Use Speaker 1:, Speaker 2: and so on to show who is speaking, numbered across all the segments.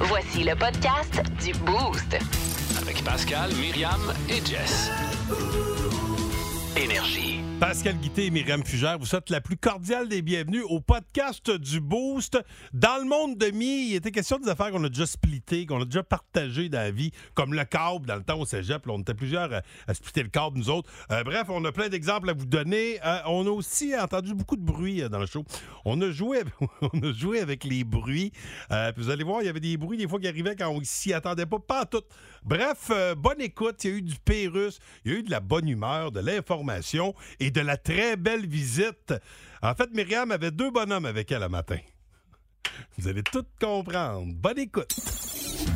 Speaker 1: Voici le podcast du Boost.
Speaker 2: Avec Pascal, Myriam et Jess. Énergie.
Speaker 3: Pascal Guité et Myriam Fugère vous souhaitent la plus cordiale des bienvenues au podcast du Boost. Dans le monde de mi, il était question des affaires qu'on a déjà splittées, qu'on a déjà partagées dans la vie, comme le câble dans le temps au cégep. là, on était plusieurs à, à splitter le câble, nous autres. Euh, bref, on a plein d'exemples à vous donner. Euh, on a aussi entendu beaucoup de bruit euh, dans le show. On a joué, on a joué avec les bruits. Euh, puis vous allez voir, il y avait des bruits des fois qui arrivaient quand on s'y attendait pas, pas en tout. Bref, euh, bonne écoute. Il y a eu du Pérus, il y a eu de la bonne humeur, de l'information et de la très belle visite. En fait, Myriam avait deux bonhommes avec elle le matin. Vous allez tout comprendre. Bonne écoute.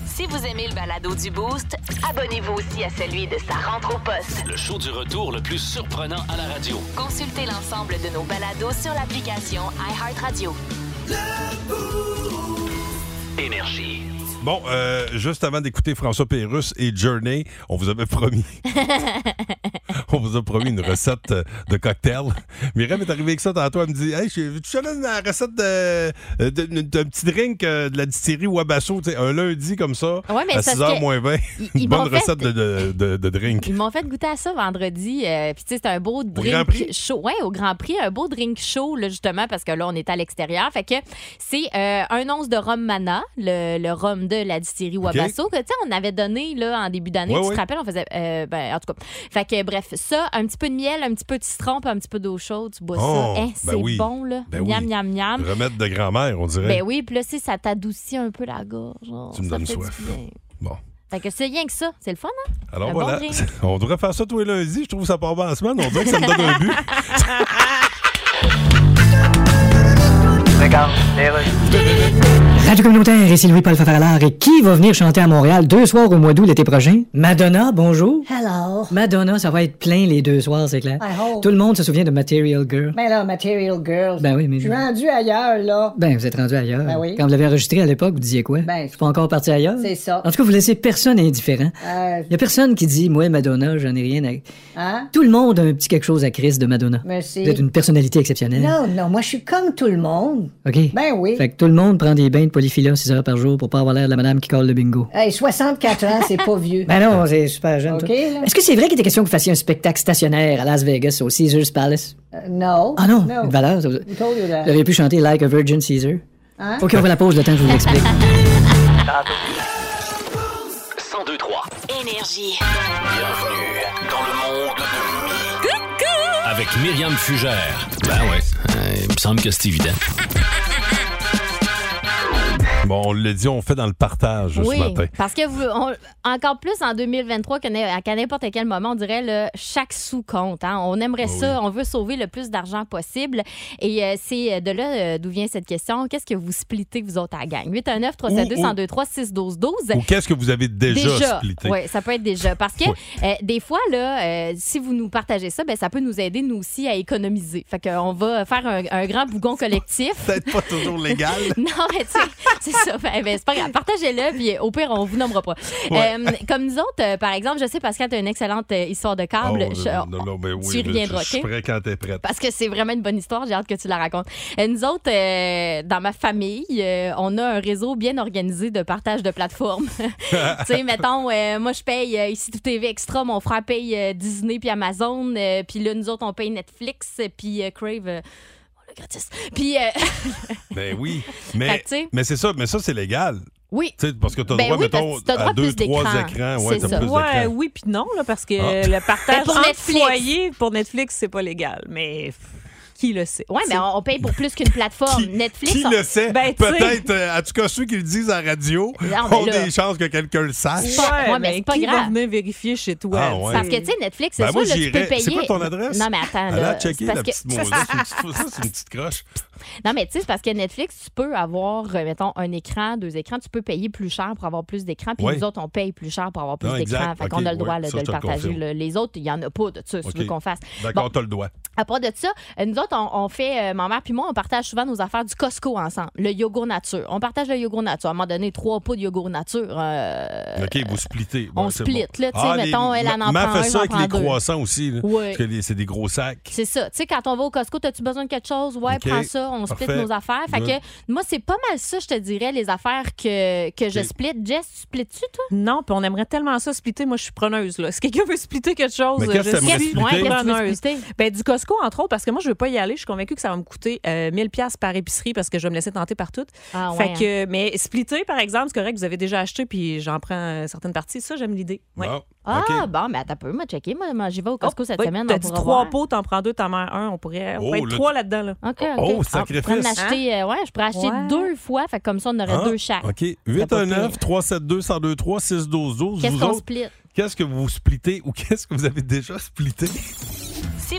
Speaker 1: Si vous aimez le balado du Boost, abonnez-vous aussi à celui de sa rentre au poste.
Speaker 2: Le show du retour le plus surprenant à la radio.
Speaker 1: Consultez l'ensemble de nos balados sur l'application iHeartRadio.
Speaker 2: Énergie.
Speaker 3: Bon, euh, juste avant d'écouter François Pérus et Journey, on vous avait promis. on vous a promis une recette euh, de cocktail. Myriam est arrivée avec ça tantôt. Elle me dit Hey, je suis allé dans la recette de- euh, de- de- d'un petit drink euh, de la distillerie Wabasso, tu sais, un lundi comme ça,
Speaker 4: Ouais, mais
Speaker 3: à
Speaker 4: c'est parce
Speaker 3: 6h
Speaker 4: que
Speaker 3: moins 20.
Speaker 4: ils-
Speaker 3: Une
Speaker 4: ils
Speaker 3: bonne
Speaker 4: m'ont fait-
Speaker 3: recette de, de- de- de drink.
Speaker 4: Ils m'ont fait goûter à ça vendredi. euh, Puis, tu sais, c'est un beau
Speaker 3: Grand Prix?
Speaker 4: drink chaud. Ouais, au Grand Prix, un beau drink chaud, là, justement, parce que là, on est à l'extérieur. Fait que c'est euh, un once de rhum mana, le, le rhum de la distillerie Wabasso, que, tu sais, on avait donné, là, en début d'année.
Speaker 3: Ouais,
Speaker 4: tu
Speaker 3: ouais.
Speaker 4: te rappelles, on faisait. euh, ben, en tout cas. Fait que, bref, ça, un petit peu de miel, un petit peu de citron, puis un petit peu d'eau chaude, tu bois
Speaker 3: Oh,
Speaker 4: ça. Hein,
Speaker 3: ben
Speaker 4: c'est
Speaker 3: oui.
Speaker 4: bon, là.
Speaker 3: Ben
Speaker 4: miam,
Speaker 3: oui.
Speaker 4: miam, miam.
Speaker 3: Remède de grand-mère, on dirait.
Speaker 4: Ben oui, puis là, c'est- ça t'adoucit un peu la gorge. genre,
Speaker 3: Tu me
Speaker 4: ça
Speaker 3: donnes
Speaker 4: fait du
Speaker 3: soif.
Speaker 4: bien.
Speaker 3: Bon.
Speaker 4: Fait que c'est rien que ça. C'est le fun, hein?
Speaker 3: Alors
Speaker 4: Un bon
Speaker 3: voilà,
Speaker 4: drink.
Speaker 3: on devrait faire ça tous les lundis. Je trouve que ça part bien en semaine. On dirait que ça me donne un but.
Speaker 5: Radio communautaire, ici Louis-Paul Favaralard. Et qui va venir chanter à Montréal deux soirs au mois d'août l'été prochain? Madonna, bonjour.
Speaker 6: Hello.
Speaker 5: Madonna, ça va être plein les deux soirs, c'est clair.
Speaker 6: Ah. I hope.
Speaker 5: Tout le monde se souvient de Material Girl.
Speaker 6: Ben là, Material Girls.
Speaker 5: Ben oui, mais-
Speaker 6: Je suis rendu ailleurs, là.
Speaker 5: Ben, vous êtes rendu ailleurs.
Speaker 6: Ben oui.
Speaker 5: Quand vous l'avez enregistré à l'époque, vous disiez quoi?
Speaker 6: Ben,
Speaker 5: je suis pas encore parti ailleurs.
Speaker 6: C'est ça.
Speaker 5: En tout cas, vous laissez personne indifférent.
Speaker 6: Euh,
Speaker 5: Il y a personne qui dit, moi, Madonna, j'en ai rien à.
Speaker 6: hein?
Speaker 5: Tout le monde a un petit quelque chose à Chris de Madonna.
Speaker 6: Merci.
Speaker 5: Vous êtes une personnalité exceptionnelle.
Speaker 6: Non, non, moi, je suis comme tout le monde.
Speaker 5: OK?
Speaker 6: Ben oui.
Speaker 5: Fait que tout le monde prend des bains de polyphila 6 heures par jour pour pas avoir l'air de la madame qui colle le bingo.
Speaker 6: Hey, 64 ans, c'est pas vieux.
Speaker 5: Ben non, c'est super jeune.
Speaker 6: OK,
Speaker 5: toi.
Speaker 6: là.
Speaker 5: Est-ce que c'est vrai qu'il était question que vous fassiez un spectacle stationnaire à Las Vegas au Caesars Palace?
Speaker 6: Euh, non.
Speaker 5: Ah non,
Speaker 6: No.
Speaker 5: une valeur. ça vous-
Speaker 6: We told you that.
Speaker 5: Vous avez pu chanter Like a Virgin Caesar?
Speaker 6: Hein?
Speaker 5: Faut qu'on voit la pause le temps que je vous l'explique.
Speaker 2: 1023.
Speaker 1: Énergie.
Speaker 2: Bienvenue dans le monde de Mi. Avec Myriam Fugère. Ben ouais, euh, il me semble que c'est évident.
Speaker 3: Bon, on l'a dit, on fait dans le partage
Speaker 4: Oui,
Speaker 3: ce matin.
Speaker 4: parce que vous, on- encore plus en 2023 que n'ai- qu'à n'importe quel moment, on dirait le chaque sou compte. hein. On aimerait
Speaker 3: Ah
Speaker 4: ça, on veut sauver le plus d'argent possible. Et euh, c'est de là euh, d'où vient cette question. Qu'est-ce que vous splittez, vous autres, à la gang? 819 372 1023 612 12
Speaker 3: Ou qu'est-ce que vous avez déjà, splitté?
Speaker 4: Oui, ça peut être déjà. Parce que euh, des fois, là, euh, si vous nous partagez ça, ben, ça peut nous aider, nous aussi, à économiser. Fait qu'on va faire un, un grand bougon collectif.
Speaker 3: Peut-être pas toujours légal.
Speaker 4: Non, mais tu sais, c'est ça. Ben, ben, c'est pas grave. Partagez-le, puis euh, au pire, on vous nommera pas.
Speaker 3: Ouais.
Speaker 4: Euh, comme nous autres, euh, par exemple, je sais, Pascal, tu as une excellente euh, histoire de
Speaker 3: Oh,
Speaker 4: câble. Je-
Speaker 3: non, non, non, ben oui,
Speaker 4: tu
Speaker 3: mais
Speaker 4: reviendras,
Speaker 3: Je suis
Speaker 4: OK?
Speaker 3: prêt quand t'es prête.
Speaker 4: Parce que c'est vraiment une bonne histoire, j'ai hâte que tu la racontes. Euh, nous autres, euh, dans ma famille, euh, on a un réseau bien organisé de partage de plateformes. tu sais, mettons, euh, moi je paye euh, ici tout TV Extra, mon frère paye euh, Disney puis Amazon, euh, puis là nous autres on paye Netflix euh, puis euh, Crave. euh, on l'a gratis. Puis, euh,
Speaker 3: Ben oui.
Speaker 4: fait
Speaker 3: Mais,
Speaker 4: que, tu sais,
Speaker 3: mais c'est ça, mais ça, c'est légal.
Speaker 4: oui,
Speaker 3: Tu sais, parce que t'as
Speaker 4: Ben
Speaker 3: droit,
Speaker 4: oui,
Speaker 3: mettons,
Speaker 4: parce que t'as droit
Speaker 3: à
Speaker 4: à
Speaker 3: deux,
Speaker 4: plus
Speaker 3: trois
Speaker 4: d'écran.
Speaker 3: écrans. Ouais,
Speaker 4: C'est
Speaker 3: t'as
Speaker 4: ça.
Speaker 3: plus
Speaker 7: Ouais,
Speaker 3: d'écran.
Speaker 7: oui puis non là parce que
Speaker 3: Ah.
Speaker 7: le partage
Speaker 4: Mais pour
Speaker 7: entre
Speaker 4: Netflix.
Speaker 7: foyers pour Netflix c'est pas légal mais pff, qui le sait.
Speaker 4: ouais, mais
Speaker 7: C'est-
Speaker 4: on on paye pour plus qu'une plateforme.
Speaker 3: Qui-
Speaker 4: Netflix,
Speaker 3: Qui
Speaker 4: on-
Speaker 3: le sait?
Speaker 7: Ben, tu sais.
Speaker 3: Peut-être, euh, en tout cas, ceux qui le disent en radio
Speaker 4: Non, mais
Speaker 3: ont
Speaker 4: là-
Speaker 3: des chances que quelqu'un le sache.
Speaker 4: C'est pas-
Speaker 7: Ouais,
Speaker 4: ouais, mais c'est pas
Speaker 7: qui
Speaker 4: grave.
Speaker 7: va venir vérifier chez toi
Speaker 3: Ah, ouais.
Speaker 4: Parce que, tu sais, Netflix, c'est
Speaker 3: Ben,
Speaker 4: sûr,
Speaker 3: moi,
Speaker 4: là, tu peux
Speaker 3: j'irais.
Speaker 4: payer.
Speaker 3: C'est quoi ton adresse?
Speaker 4: Non, mais attends,
Speaker 3: Elle
Speaker 4: là.
Speaker 3: a checké
Speaker 4: c'est parce
Speaker 3: la
Speaker 4: que-
Speaker 3: petite maudite. C'est une petite- ça, c'est une petite croche.
Speaker 4: Non, mais tu sais, c'est parce que Netflix, tu peux avoir, euh, mettons, un écran, deux écrans, tu peux payer plus cher pour avoir plus d'écrans, puis
Speaker 3: Ouais.
Speaker 4: nous autres, on paye plus cher pour avoir plus
Speaker 3: Non, exact.
Speaker 4: d'écrans. Fait
Speaker 3: Ok,
Speaker 4: qu'on a le droit
Speaker 3: ouais,
Speaker 4: là,
Speaker 3: ça,
Speaker 4: de
Speaker 3: je
Speaker 4: le
Speaker 3: te le
Speaker 4: partager.
Speaker 3: confirme.
Speaker 4: là. Les autres, il n'y en a pas de ça, si tu
Speaker 3: Ok.
Speaker 4: veux qu'on fasse.
Speaker 3: D'accord,
Speaker 4: Bon.
Speaker 3: t'as le doigt.
Speaker 4: À part de ça, euh, nous autres, autres, on, on fait, euh, ma mère puis moi, on partage souvent nos affaires du Costco ensemble, le yogourt nature. On partage le yogourt nature. À un moment donné, trois pots de yogourt nature. euh,
Speaker 3: OK, vous splittez.
Speaker 4: on
Speaker 3: c'est Ah,
Speaker 4: split, là, tu sais, mettons, elle en
Speaker 3: ma- ma
Speaker 4: prend
Speaker 3: fait
Speaker 4: un,
Speaker 3: ça
Speaker 4: j'en
Speaker 3: avec
Speaker 4: prends
Speaker 3: les
Speaker 4: deux.
Speaker 3: croissants aussi. là,
Speaker 4: Ouais.
Speaker 3: Parce que les- c'est des gros sacs.
Speaker 4: C'est ça. Tu sais, quand on va au Costco, as-tu besoin de quelque chose? Ouais,
Speaker 3: OK.
Speaker 4: prends ça, on split
Speaker 3: Parfait.
Speaker 4: nos affaires. Fait
Speaker 3: Good.
Speaker 4: que moi, c'est pas mal ça, je te dirais, les affaires que, que je
Speaker 3: OK.
Speaker 4: split. Jess, tu splits-tu, toi?
Speaker 7: Non, puis on aimerait tellement ça splitter. Moi, je suis preneuse. Là. Si quelqu'un veut splitter quelque chose, euh,
Speaker 3: Mais qu'est-ce que
Speaker 7: je
Speaker 3: t'aimerais
Speaker 7: suis
Speaker 3: splitter?
Speaker 4: Qu'est-ce que tu veux
Speaker 7: preneuse.
Speaker 4: splitter?
Speaker 7: Ben, du Costco, entre autres, parce que moi, je veux pas y aller. Je suis convaincue que ça va me coûter euh, 1000 pièces par épicerie parce que je vais me laisser tenter par toutes.
Speaker 4: Ah,
Speaker 7: fait
Speaker 4: ouais,
Speaker 7: que, mais splitter, par exemple, c'est correct, vous avez déjà acheté, puis j'en prends euh, certaines parties. Ça, j'aime l'idée. Ouais.
Speaker 3: Bon,
Speaker 4: Ah,
Speaker 3: OK.
Speaker 4: bon, mais attends un peu, moi, checker. Moi, moi, j'y vais au
Speaker 7: Oh,
Speaker 4: Costco cette
Speaker 7: oui,
Speaker 4: semaine.
Speaker 7: T'as
Speaker 4: on
Speaker 7: dit
Speaker 4: pourra
Speaker 7: trois
Speaker 4: voir.
Speaker 7: pots, t'en prends deux, t'en mets un. On pourrait, on
Speaker 3: Oh,
Speaker 7: pourrait être
Speaker 3: là,
Speaker 7: trois là-dedans. Là.
Speaker 4: OK, OK.
Speaker 3: Oh,
Speaker 4: On pourrait en
Speaker 3: sacrifice.
Speaker 4: acheter, euh, ouais, je pourrais acheter
Speaker 7: Hein? Ouais.
Speaker 4: deux fois. Fait que comme ça, on aurait
Speaker 3: Ah,
Speaker 4: deux chaque.
Speaker 3: OK.
Speaker 4: pas
Speaker 3: 819
Speaker 4: pire.
Speaker 3: 372 1023 612 12
Speaker 4: Qu'est-ce
Speaker 3: Vous
Speaker 4: qu'on
Speaker 3: autres,
Speaker 4: split?
Speaker 3: qu'est-ce que vous splittez ou qu'est-ce que vous avez déjà splitté?
Speaker 1: Si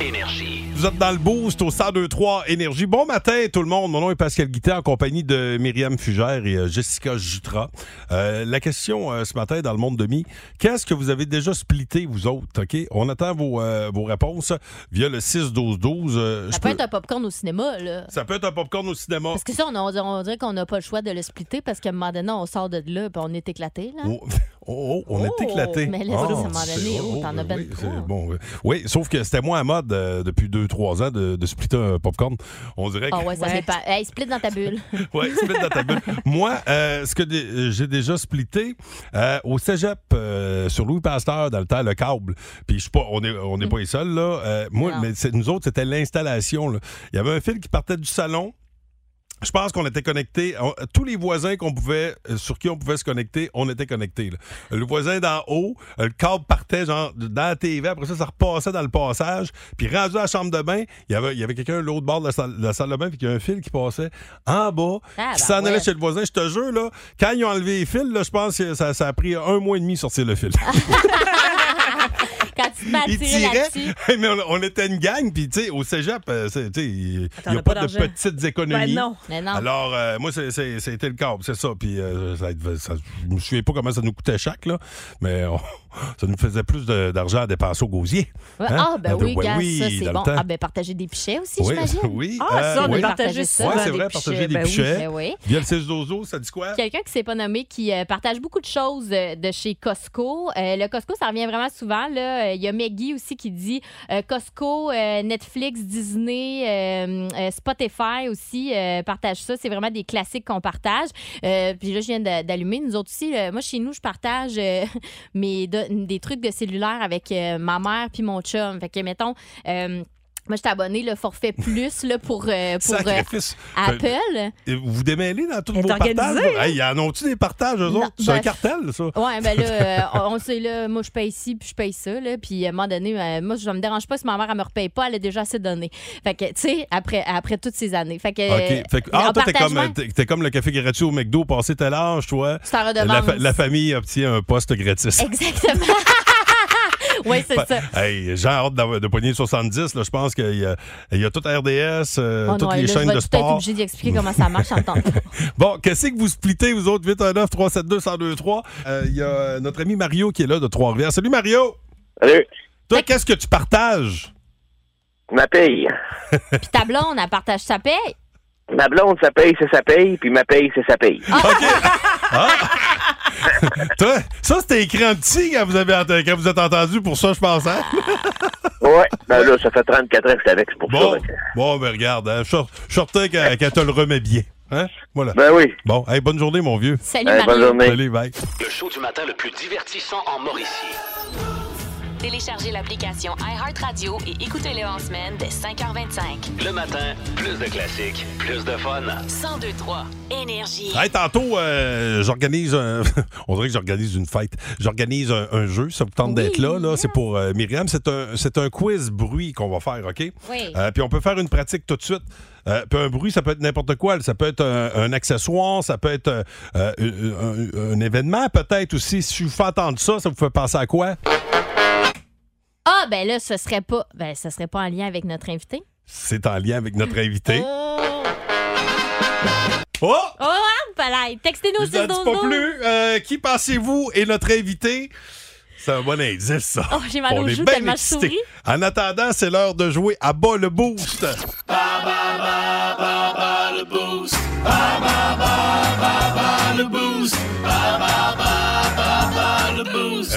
Speaker 2: Énergie.
Speaker 3: Vous êtes dans le boost au 1023 Énergie. Bon matin tout le monde. Mon nom est Pascal Guittet en compagnie de Myriam Fugère et euh, Jessica Jutra. Euh, la question euh, ce matin dans le monde de mi, qu'est-ce que vous avez déjà splitté vous autres? OK? On attend vos, euh, vos réponses via le 6-12-12. Euh,
Speaker 4: Ça
Speaker 3: je
Speaker 4: peut
Speaker 3: peux-
Speaker 4: être un popcorn au cinéma, là.
Speaker 3: ça peut être un popcorn au cinéma.
Speaker 4: Parce que ça, on, on dirait- on dirait qu'on n'a pas le choix de le splitter parce qu'à un moment donné, on sort de là puis on est éclaté. Là.
Speaker 3: Oh, oh, oh, on
Speaker 4: hein? Oh,
Speaker 3: est éclaté.
Speaker 4: mais là, ça, à un moment
Speaker 3: c'est-
Speaker 4: donné, oh, t'en as ben
Speaker 3: oui,
Speaker 4: trop.
Speaker 3: c'est bon, oui. Oui, sauf que c'était moins à mode euh, depuis 2-3 ans de, de splitter un popcorn. On dirait que.
Speaker 4: Ah ouais, ça
Speaker 7: Ouais.
Speaker 4: dépend. Hey, split dans ta bulle.
Speaker 3: Ouais, split dans ta bulle. Moi, euh, ce que dé- euh, j'ai déjà splitté euh, au cégep euh, sur Louis Pasteur dans le temps le câble. Puis je suis pas on est on n'est pas les seuls là. Euh, moi
Speaker 4: Mm. Non.
Speaker 3: mais c'est- nous autres c'était l'installation là. Il y avait un fil qui partait du salon. Je pense qu'on était connectés. On- tous les voisins qu'on pouvait, euh, sur qui on pouvait se connecter, on était connectés. là. Le voisin d'en haut, euh, le câble partait genre dans la TV. Après ça, ça repassait dans le passage. Puis rendu à la chambre de bain, il y avait, il y avait quelqu'un de l'autre bord de la salle, de la salle de bain, puis il y a un fil qui passait en bas,
Speaker 4: Ah,
Speaker 3: qui
Speaker 4: ben
Speaker 3: s'en allait
Speaker 4: ouais.
Speaker 3: chez le voisin. Je te jure, là, quand ils ont enlevé les fils, là, je pense que ça, ça a pris un mois et demi de sortir le fil.
Speaker 4: Quand tu te mets à
Speaker 3: Ils
Speaker 4: tirer
Speaker 3: tiraient,
Speaker 4: là-dessus.
Speaker 3: mais on, on était une gang, puis tu sais, au cégep, euh, c'est- tu sais, il n'y
Speaker 7: Attends, on
Speaker 3: a pas,
Speaker 7: a pas
Speaker 3: de
Speaker 7: d'argent.
Speaker 3: petites
Speaker 7: Ben
Speaker 3: économies.
Speaker 7: non.
Speaker 4: Mais non.
Speaker 3: Alors, euh, moi, c'est- c'est- c'était le câble, c'est ça. Puis, euh, ça, devait- ça- je me souviens pas comment ça nous coûtait chaque, là, mais on- ça nous faisait plus de- d'argent à dépenser au gosier.
Speaker 4: Ouais,
Speaker 3: hein?
Speaker 4: Ah, ben
Speaker 3: Ben
Speaker 4: oui,
Speaker 3: ouais,
Speaker 4: gars,
Speaker 3: oui,
Speaker 4: ça,
Speaker 3: dans
Speaker 4: c'est
Speaker 3: le
Speaker 4: bon.
Speaker 3: temps.
Speaker 4: Ah, ben partager des pichets aussi,
Speaker 3: oui,
Speaker 4: j'imagine.
Speaker 3: oui.
Speaker 7: Ah,
Speaker 3: euh,
Speaker 7: ça, on
Speaker 3: oui.
Speaker 7: a
Speaker 4: part-
Speaker 7: partagé
Speaker 4: Ouais,
Speaker 7: souvent
Speaker 3: c'est
Speaker 7: des
Speaker 3: vrai,
Speaker 7: pichets.
Speaker 3: partager des
Speaker 7: Ben oui.
Speaker 3: pichets.
Speaker 4: Ben oui.
Speaker 3: Via le 6 d'Ozo, ça dit quoi?
Speaker 4: Quelqu'un qui s'est pas nommé, qui euh, partage beaucoup de choses euh, de chez Costco. Euh, le Costco, ça revient vraiment souvent. là. Euh, Il y a Maggie aussi qui dit euh, Costco, euh, Netflix, Disney, euh, euh, Spotify aussi euh, partage ça. C'est vraiment des classiques qu'on partage. Euh, puis là, je viens d'a- d'allumer. Nous autres aussi, là, moi, chez nous, je partage euh, mes do- des trucs de cellulaire avec euh, ma mère puis mon chum. Fait que, mettons... euh, moi, je t'ai abonné le forfait plus là, pour, euh, pour euh,
Speaker 3: Sacrifice.
Speaker 4: Apple.
Speaker 3: Et Vous démêlez dans tous
Speaker 7: Elle est
Speaker 3: vos partages?
Speaker 7: organisée,
Speaker 3: là? Hey, y en ont-tu des partages, eux
Speaker 4: Non,
Speaker 3: autres? C'est un
Speaker 4: ben,
Speaker 3: cartel, ça.
Speaker 4: Ouais, ben là, euh, on on sait, là, moi, je paye ici, puis je paye ça, là. Puis à un moment donné, euh, moi, je me dérange pas si ma mère, elle me repaye pas, elle a déjà assez donné. Fait que, tu sais, après, après toutes ces années. Fait que. euh,
Speaker 3: OK. Fait que- ah,
Speaker 4: en
Speaker 3: toi, t'es
Speaker 4: partage
Speaker 3: comme,
Speaker 4: même,
Speaker 3: t'es- t'es comme le café gratuit au McDo, passé tel âge, toi.
Speaker 4: c'est en
Speaker 3: La,
Speaker 4: redevance.
Speaker 3: fa- la famille obtient un poste gratis.
Speaker 4: Exactement. oui, c'est
Speaker 3: euh,
Speaker 4: ça.
Speaker 3: Hey, j'ai hâte d'avoir- de poigner le 70. Là, je pense qu'il y, a- il y a tout RDS, euh,
Speaker 4: Oh non,
Speaker 3: toutes
Speaker 4: là,
Speaker 3: les
Speaker 4: je
Speaker 3: chaînes
Speaker 4: vais
Speaker 3: de
Speaker 4: tout être
Speaker 3: sport.
Speaker 4: obligé d'expliquer comment ça marche en temps.
Speaker 3: Bon, qu'est-ce que vous splittez, vous autres? 819 372 1023 Euh, Il y a euh, notre ami Mario qui est là de Trois-Rivières. Salut, Mario!
Speaker 8: Salut,
Speaker 3: Toi, qu'est-ce que tu partages?
Speaker 8: ma paye.
Speaker 4: Puis ta blonde, elle partage sa paye.
Speaker 8: Ma blonde, ça paye, c'est sa paye, puis ma paye, c'est sa paye.
Speaker 3: OK. Ah. Toi, ça, c'était écrit en petit quand vous, avez ent- quand vous êtes entendu pour ça, je pense. hein?
Speaker 8: Ouais, ben là, ça fait 34 ans que je suis avec, c'est pour
Speaker 3: Bon,
Speaker 8: ça. fait que-
Speaker 3: bon ben regarde, hein, je suis- je suis certain qu'elle qu'elle te le remet bien. Hein? Voilà.
Speaker 8: Ben oui,
Speaker 3: Bon, hey, bonne journée, mon vieux.
Speaker 4: Salut,
Speaker 8: Hey, bonne
Speaker 4: Mario.
Speaker 8: journée.
Speaker 3: Salut, bye.
Speaker 2: Le show du matin le plus divertissant en Mauricie.
Speaker 1: Téléchargez l'application iHeartRadio et écoutez-le en semaine dès 5h25.
Speaker 2: Le matin, plus de classiques, plus de fun.
Speaker 1: 1023 Énergie.
Speaker 3: Hey, tantôt, euh, j'organise un... On dirait que j'organise une fête. J'organise un, un jeu, ça vous tente
Speaker 4: Oui,
Speaker 3: d'être là. là.
Speaker 4: yes.
Speaker 3: C'est pour euh, Myriam. C'est un, c'est un quiz bruit qu'on va faire, OK?
Speaker 4: Oui.
Speaker 3: Euh, puis on peut faire une pratique tout de suite. Euh, puis un bruit, ça peut être n'importe quoi. Ça peut être un, un accessoire, ça peut être euh, euh, un, un- un événement, peut-être aussi. Si je vous fais entendre ça, ça vous fait penser à quoi?
Speaker 4: Ah, ben là, ce serait pas. Ben, ce serait pas en lien avec notre invité.
Speaker 3: C'est en lien avec notre invité.
Speaker 4: Oh.
Speaker 3: Oh!
Speaker 4: Oh, hein, palais. Textez-nous au
Speaker 3: Je vous en dis pas
Speaker 4: 6
Speaker 3: plus. Euh, qui pensez-vous est notre invité? C'est un bon indice, ça.
Speaker 4: Oh, j'ai mal
Speaker 3: On
Speaker 4: aux
Speaker 3: est
Speaker 4: joues
Speaker 3: bien
Speaker 4: tellement je
Speaker 3: excités.
Speaker 4: souris.
Speaker 3: En attendant, c'est l'heure de jouer à bas le boost.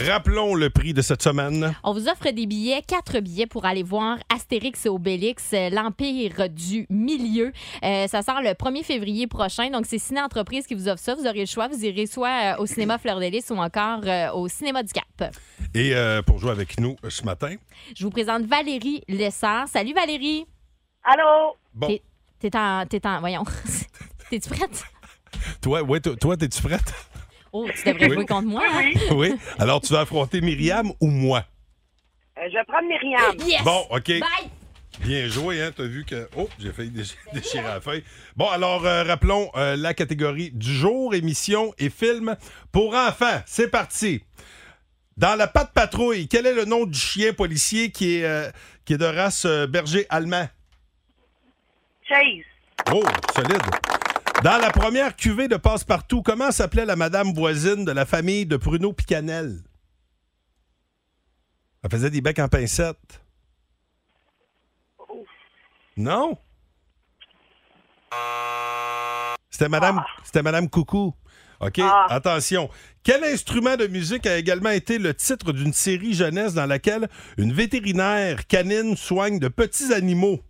Speaker 3: Rappelons le prix de cette semaine.
Speaker 4: On vous offre des billets, quatre billets pour aller voir Astérix et Obélix, euh, l'Empire du Milieu. Euh, ça sort le 1er février prochain. Donc, c'est Ciné Entreprise qui vous offre ça. Vous aurez le choix. Vous irez soit euh, au cinéma Fleur de Lys ou encore euh, au cinéma du Cap.
Speaker 3: Et euh, pour jouer avec nous euh, ce matin,
Speaker 4: Je vous présente Valérie Lessard. Salut, Valérie.
Speaker 9: Allô?
Speaker 3: bon,
Speaker 4: T'es- T'es en. T'es en. Voyons. T'es-tu prête?
Speaker 3: toi, ouais, toi, toi, t'es-tu prête?
Speaker 4: Oh, tu devrais
Speaker 3: Oui.
Speaker 4: jouer contre moi. hein?
Speaker 3: oui. Alors, tu vas affronter Myriam ou moi?
Speaker 9: Euh, je vais prendre Myriam.
Speaker 4: Yes!
Speaker 3: Bon, OK.
Speaker 4: Bye!
Speaker 3: Bien joué, hein? T'as vu que. Oh, j'ai failli déch- déchirer la feuille. Bon, alors, euh, rappelons euh, la catégorie du jour, émission et film pour enfants. C'est parti. Dans la patte patrouille, quel est le nom du chien policier qui est, euh, qui est de race euh, berger allemand?
Speaker 9: Chase.
Speaker 3: Oh, solide. Dans la première cuvée de Passe-Partout, comment s'appelait la madame voisine de la famille de Pruneau Picanel? Elle faisait des becs en pincette. Non? C'était madame, c'était madame Coucou. OK, attention. Quel instrument de musique a également été le titre d'une série jeunesse dans laquelle une vétérinaire canine soigne de petits animaux?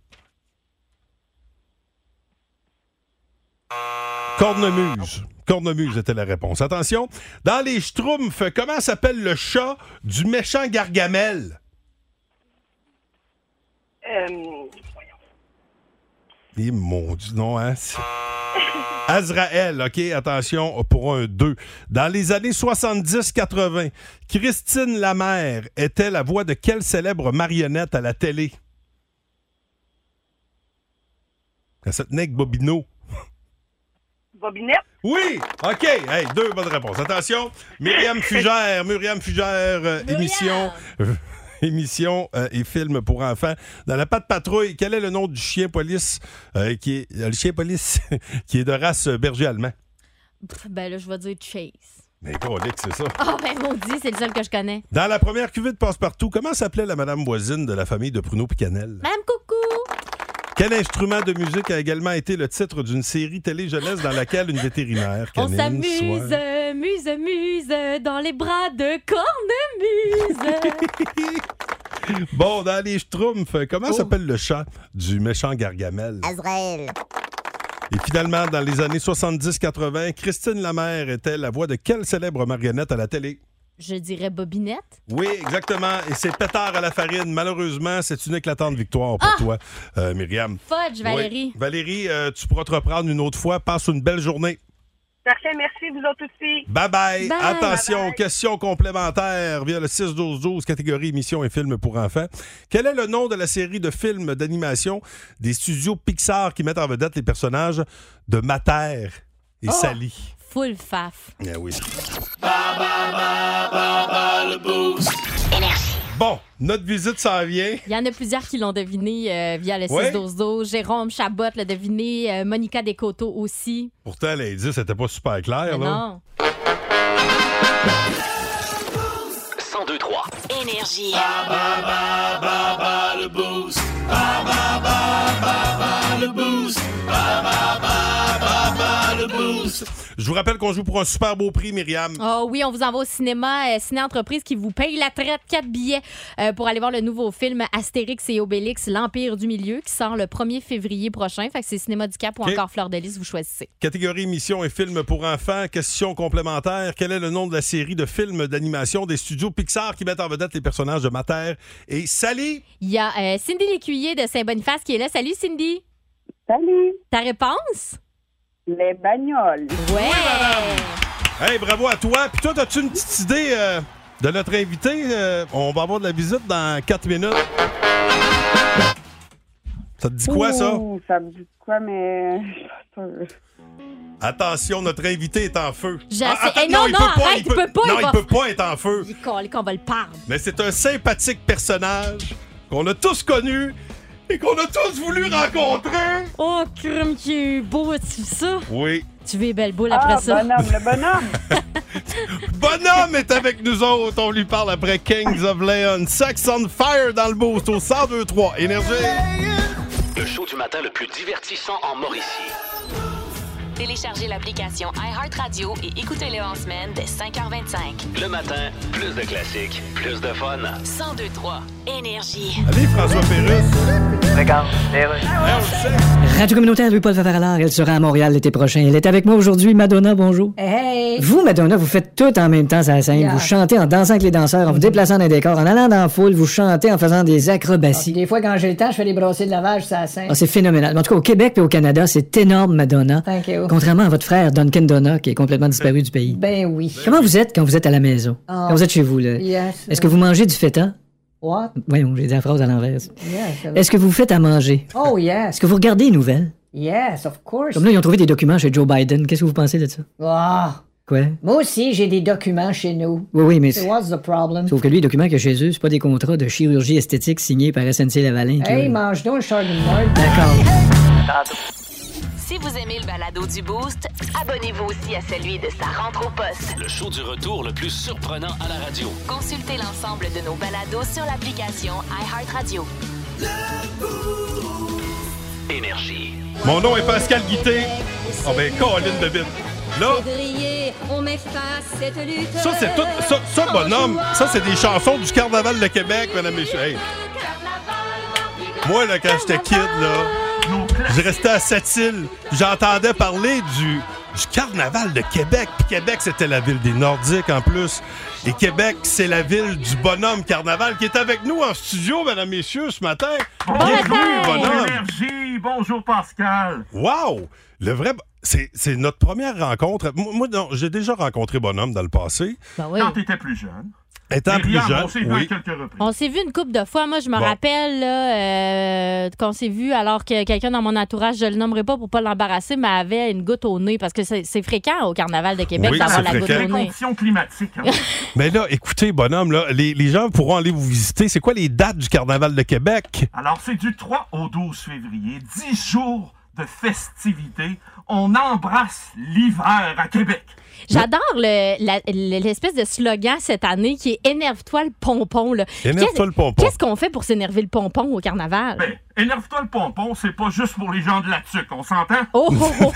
Speaker 3: Cornemuse. Cornemuse était la réponse. Attention. Dans les Schtroumpfs, comment s'appelle le chat du méchant Gargamel?
Speaker 9: Euh,
Speaker 3: Et mon Dieu, non, hein? c'est- Azrael, OK, attention, pour un 2. Dans les années 70-80, Christine Lamère était la voix de quelle célèbre marionnette à la télé? Elle se tenait avec Bobino.
Speaker 9: Bobinette.
Speaker 3: Oui! OK! Hey, deux bonnes réponses. Attention, Myriam Fugère, Myriam Fugère, euh,
Speaker 4: Myriam!
Speaker 3: émission. émission euh, et film pour enfants. Dans la patte patrouille, quel est le nom du chien police euh, qui est. euh, le chien police qui est de race euh, berger allemand?
Speaker 4: Pff, Ben là, je vais dire Chase.
Speaker 3: Mais colique, c'est ça.
Speaker 4: Oh, ben maudit, c'est le seul que je connais.
Speaker 3: Dans la première cuvée de passe-partout, comment s'appelait la madame voisine de la famille de Pruneau Picanel?
Speaker 4: Madame Coucou!
Speaker 3: Quel instrument de musique a également été le titre d'une série télé jeunesse dans laquelle une vétérinaire
Speaker 4: On
Speaker 3: canine
Speaker 4: s'amuse,
Speaker 3: soigne-
Speaker 4: muse, muse, dans les bras de cornemuse.
Speaker 3: Bon, dans les Schtroumpfs, comment s'appelle le chat du méchant Gargamel? Azrael. Et finalement, dans les années 70-80, Christine Lamère était la voix de quelle célèbre marionnette à la télé?
Speaker 4: je dirais Bobinette.
Speaker 3: Oui, exactement. Et c'est pétard à la farine. Malheureusement, c'est une éclatante victoire pour toi, euh, Myriam.
Speaker 4: Fudge, Valérie.
Speaker 3: Oui. Valérie, euh, tu pourras te reprendre une autre fois. Passe une belle journée.
Speaker 9: Parfait, merci, vous autres aussi.
Speaker 3: Bye bye.
Speaker 4: Bye.
Speaker 3: Attention, question complémentaire via le 6-12-12, catégorie émissions et films pour enfants. Quel est le nom de la série de films d'animation des studios Pixar qui mettent en vedette les personnages de Mater
Speaker 4: Oh!
Speaker 3: et Sally?
Speaker 4: Full faf.
Speaker 3: Eh oui. Bon, notre visite s'en vient.
Speaker 4: Il y en a plusieurs qui l'ont deviné euh, via le
Speaker 3: Ouais.
Speaker 4: 6-12-12. Jérôme Chabot l'a deviné. euh, Monica Descoteaux aussi.
Speaker 3: Pourtant, l'indice n'était pas super clair.
Speaker 4: Mais
Speaker 3: là.
Speaker 4: non.
Speaker 1: 1023 Énergie.
Speaker 3: Je vous rappelle qu'on joue pour un super beau prix, Myriam.
Speaker 4: Oh oui, on vous envoie au cinéma, euh, Ciné Entreprise qui vous paye la traite, quatre billets euh, pour aller voir le nouveau film Astérix et Obélix, l'Empire du Milieu, qui sort le 1er février prochain. Fait que c'est Cinéma du Cap ou
Speaker 3: OK.
Speaker 4: encore Fleur de Lys, vous choisissez.
Speaker 3: Catégorie émissions et films pour enfants. Question complémentaire. Quel est le nom de la série de films d'animation des studios Pixar qui mettent en vedette les personnages de Mater et Sally?
Speaker 4: Il y a euh, Cindy Lécuyer de Saint-Boniface qui est là. Salut Cindy!
Speaker 9: Salut,
Speaker 4: Ta réponse?
Speaker 9: les bagnoles.
Speaker 4: Ouais!
Speaker 3: Hey, bravo à toi. Puis toi, as-tu une petite idée euh, de notre invité? Euh, on va avoir de la visite dans 4 minutes. Ça te dit quoi, ça?
Speaker 9: Ouh, Ça me dit de quoi, mais. je sais
Speaker 3: Attention, notre invité est en feu.
Speaker 4: J'ai
Speaker 3: Ah,
Speaker 4: assez-
Speaker 3: attends,
Speaker 4: Hey, non, non, arrête, il peut pas,
Speaker 3: Non,
Speaker 4: il
Speaker 3: il
Speaker 4: va-
Speaker 3: peut pas être en feu.
Speaker 4: Il est qu'on va le parle.
Speaker 3: Mais c'est un sympathique personnage qu'on a tous connu, et qu'on a tous voulu rencontrer.
Speaker 4: Oh, crime qui est beau, tu ça?
Speaker 3: Oui.
Speaker 4: Tu veux belle boule
Speaker 9: Ah,
Speaker 4: après ça?
Speaker 9: bonhomme, le bonhomme.
Speaker 3: Bonhomme est avec nous autres. On lui parle après Kings of Leon. Sex on Fire dans le boost au 1023 Énergie.
Speaker 2: Le show du matin le plus divertissant en Mauricie.
Speaker 1: Téléchargez l'application iHeartRadio et écoutez-le en semaine dès 5h25.
Speaker 2: Le matin, plus de classiques, plus de fun.
Speaker 1: 1023 Énergie.
Speaker 3: Allez, François Pérus.
Speaker 5: Radio communautaire Louis-Paul Favaralard, elle sera à Montréal l'été prochain. Elle est avec moi aujourd'hui. Madonna, bonjour.
Speaker 6: Hey,
Speaker 5: Vous, Madonna, vous faites tout en même temps sur la scène.
Speaker 6: Yeah.
Speaker 5: Vous chantez en dansant avec les danseurs, en vous déplaçant dans les décors, en allant dans la foule, vous chantez en faisant des acrobaties.
Speaker 6: Des fois, quand j'ai le temps, je fais des brossées de lavage, ça scène.
Speaker 5: Ah, c'est phénoménal. En tout cas, au Québec et au Canada, c'est énorme, Madonna.
Speaker 6: Thank you.
Speaker 5: Contrairement à votre frère, Duncan Donna, qui est complètement disparu du pays.
Speaker 6: Ben oui.
Speaker 5: Comment vous êtes quand vous êtes à la maison?
Speaker 6: Ah.
Speaker 5: Quand vous êtes chez vous, là?
Speaker 6: Yes.
Speaker 5: Est-ce que vous mangez du feta?
Speaker 6: What?
Speaker 5: Voyons, j'ai dit la phrase à l'envers.
Speaker 6: Yes.
Speaker 5: Est-ce que vous faites à manger?
Speaker 6: Oh, yes.
Speaker 5: Est-ce que vous regardez les nouvelles?
Speaker 6: Yes, of course.
Speaker 5: Comme là, ils ont trouvé des documents chez Joe Biden. Qu'est-ce que vous pensez de ça?
Speaker 6: Ah.
Speaker 5: Quoi?
Speaker 6: Moi aussi, j'ai des documents chez nous.
Speaker 5: Oui, oui, mais...
Speaker 6: So What's the problem?
Speaker 5: Sauf que lui, les documents que chez eux, c'est pas des contrats de chirurgie esthétique signés par SNC-Lavalin. qui-
Speaker 6: Hey, mange donc le chardonnay.
Speaker 5: D'accord.
Speaker 1: Si vous aimez le balado du Boost, abonnez-vous aussi à celui de sa rentre au poste.
Speaker 2: Le show du retour le plus surprenant à la radio.
Speaker 1: Consultez l'ensemble de nos balados sur l'application iHeartRadio.
Speaker 2: Énergie.
Speaker 3: Mon nom est Pascal Guité. Oh ben, Colin de vite. Là,
Speaker 10: on met fin à cette lutte.
Speaker 3: ça, c'est tout. Ça, ça, bonhomme, ça, c'est des chansons du Carnaval de Québec, mesdames et messieurs. Hey. Moi, là, quand j'étais kid, là, je restais à Sept-Îles. J'entendais parler du, du carnaval de Québec. Puis Québec, c'était la ville des Nordiques en plus. Et Québec, c'est la ville du bonhomme carnaval qui est avec nous en studio, mesdames, messieurs, ce matin. Bienvenue, bonhomme.
Speaker 11: Énergie, bonjour Pascal.
Speaker 3: Wow! Le vrai. bo- C'est c'est notre première rencontre. Moi, moi, non, j'ai déjà rencontré bonhomme dans le passé.
Speaker 4: Ben oui.
Speaker 11: Quand t'étais plus jeune.
Speaker 3: Étant plus
Speaker 11: Myriam,
Speaker 3: jeune.
Speaker 11: on s'est vu à
Speaker 3: oui.
Speaker 11: quelques reprises.
Speaker 4: On s'est vu une couple de fois. Moi, je me
Speaker 3: Bon.
Speaker 4: rappelle là, euh, qu'on s'est vu alors que quelqu'un dans mon entourage, je le nommerai pas pour pas l'embarrasser, mais avait une goutte au nez parce que c'est c'est fréquent au carnaval de Québec
Speaker 3: Oui,
Speaker 4: d'avoir
Speaker 3: c'est
Speaker 4: la goutte
Speaker 3: fréquent.
Speaker 4: au
Speaker 11: Les
Speaker 4: nez.
Speaker 11: conditions climatiques. hein.
Speaker 3: Mais là, écoutez, bonhomme, là, les, les gens pourront aller vous visiter. C'est quoi les dates du Carnaval de Québec?
Speaker 11: Alors, c'est du 3 au 12 février, 10 jours de festivités. On embrasse l'hiver à Québec.
Speaker 4: J'adore le- la- l'espèce de slogan cette année qui est énerve-toi le pompon. là.
Speaker 3: Énerve-toi le pompon.
Speaker 4: Qu'est-ce qu'on fait pour s'énerver le pompon au carnaval?
Speaker 11: Ben, énerve-toi le pompon, c'est pas juste pour les gens de la tuque, on s'entend?
Speaker 4: Oh, oh, oh.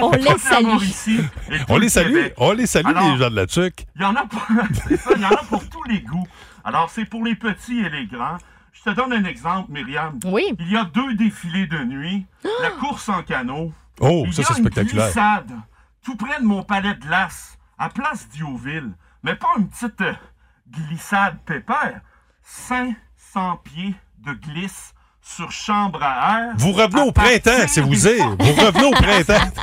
Speaker 4: on
Speaker 11: Pas
Speaker 4: les
Speaker 11: de la
Speaker 4: salue.
Speaker 11: Mauricie et
Speaker 3: On
Speaker 11: tout
Speaker 3: les
Speaker 11: le
Speaker 3: salue,
Speaker 11: Québec.
Speaker 3: on les salue,
Speaker 11: Alors-
Speaker 3: les gens de la tuque.
Speaker 11: Il y en a pour, c'est ça, il y en a pour tous les goûts. Alors, c'est pour les petits et les grands. Je te donne un exemple, Myriam.
Speaker 4: Oui.
Speaker 11: Il y a deux défilés de nuit, la course en canot.
Speaker 3: Oh,
Speaker 11: il
Speaker 3: ça,
Speaker 11: y a
Speaker 3: c'est
Speaker 11: une
Speaker 3: spectaculaire.
Speaker 11: glissade tout près de mon palais de glace, à Place Diouville. Mais pas une petite euh, glissade pépère. 500 pieds de glisse sur chambre à air.
Speaker 3: Vous revenez
Speaker 11: À
Speaker 3: au printemps,
Speaker 11: partir
Speaker 3: c'est vous
Speaker 11: des-
Speaker 3: dire. Vous revenez au printemps.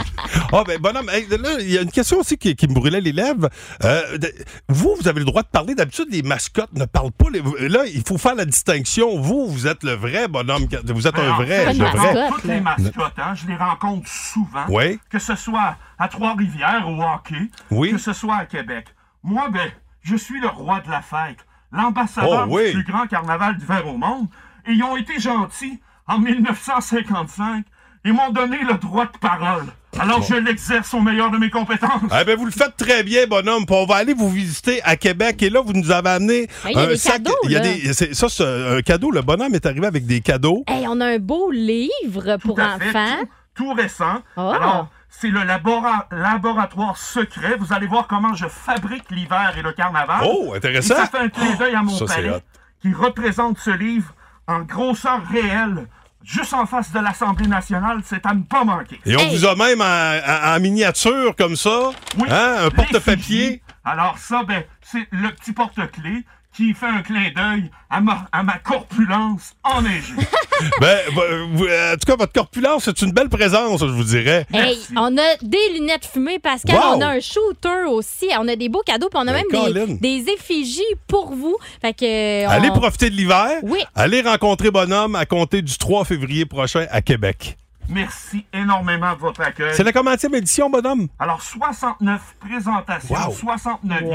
Speaker 3: Ah, ben, bonhomme, hey, là, il y a une question aussi qui, qui me brûlait les lèvres. Euh, de- vous, vous avez le droit de parler. D'habitude, les mascottes ne parlent pas. Les- là, il faut faire la distinction. Vous, vous êtes le vrai bonhomme. car- Vous êtes
Speaker 11: Ben,
Speaker 3: un
Speaker 11: en
Speaker 3: vrai,
Speaker 11: fait,
Speaker 4: une
Speaker 3: le vrai.
Speaker 4: mascotte.
Speaker 11: Toutes les mascottes, hein, je les rencontre souvent.
Speaker 3: Oui.
Speaker 11: Que ce soit à Trois-Rivières, au hockey,
Speaker 3: Oui.
Speaker 11: que ce soit à Québec. Moi, ben, je suis le roi de la fête, l'ambassadeur
Speaker 3: Oh, oui.
Speaker 11: du plus grand carnaval d'hiver au monde. Et ils ont été gentils en 1955. Ils m'ont donné le droit de parole. Alors, je l'exerce au meilleur de mes compétences.
Speaker 3: Ah ben vous le faites très bien, bonhomme. Puis on va aller vous visiter à Québec. Et là, vous nous avez amené
Speaker 4: Ben, il y a
Speaker 3: un
Speaker 4: des
Speaker 3: sac.
Speaker 4: cadeaux,
Speaker 3: il y a
Speaker 4: là.
Speaker 3: des- c'est- ça, c'est un cadeau. Le bonhomme est arrivé avec des cadeaux.
Speaker 4: Hey, on a un beau livre
Speaker 11: Tout
Speaker 4: pour
Speaker 11: à fait,
Speaker 4: enfants.
Speaker 11: Tout, tout récent.
Speaker 4: Oh.
Speaker 11: Alors, c'est le labora- laboratoire secret. Vous allez voir comment je fabrique l'hiver et le carnaval.
Speaker 3: Oh,
Speaker 11: Et
Speaker 3: intéressant.
Speaker 11: ça fait un clin d'œil à mon
Speaker 3: Ça, c'est hot.
Speaker 11: palais qui représente ce livre en grosseur réelle, juste en face de l'Assemblée nationale. C'est à ne pas manquer.
Speaker 3: Et on
Speaker 4: Hey.
Speaker 3: vous a même en, en- en miniature comme ça.
Speaker 11: Oui,
Speaker 3: Hein, un
Speaker 11: l'effigie.
Speaker 3: porte-papier.
Speaker 11: Alors ça, ben, c'est le petit porte-clés qui fait un clin d'œil à ma, à ma corpulence enneigée.
Speaker 3: ben, v- vous- euh, en tout cas, votre corpulence, c'est une belle présence, je vous dirais.
Speaker 4: Hey,
Speaker 11: Merci.
Speaker 4: on a des lunettes fumées, Pascal.
Speaker 3: Wow.
Speaker 4: On a un shooter aussi. On a des beaux cadeaux. puis on a
Speaker 3: Ben, Colin.
Speaker 4: même des, des effigies pour vous. Fait que. euh,
Speaker 3: Allez
Speaker 4: on-
Speaker 3: profiter de l'hiver.
Speaker 4: Oui.
Speaker 3: Allez rencontrer Bonhomme à compter du 3 février prochain à Québec.
Speaker 11: Merci énormément de votre accueil.
Speaker 3: C'est la commandième édition, Bonhomme?
Speaker 11: Alors 69 présentations,
Speaker 3: Wow.
Speaker 11: 69e.
Speaker 4: Wow,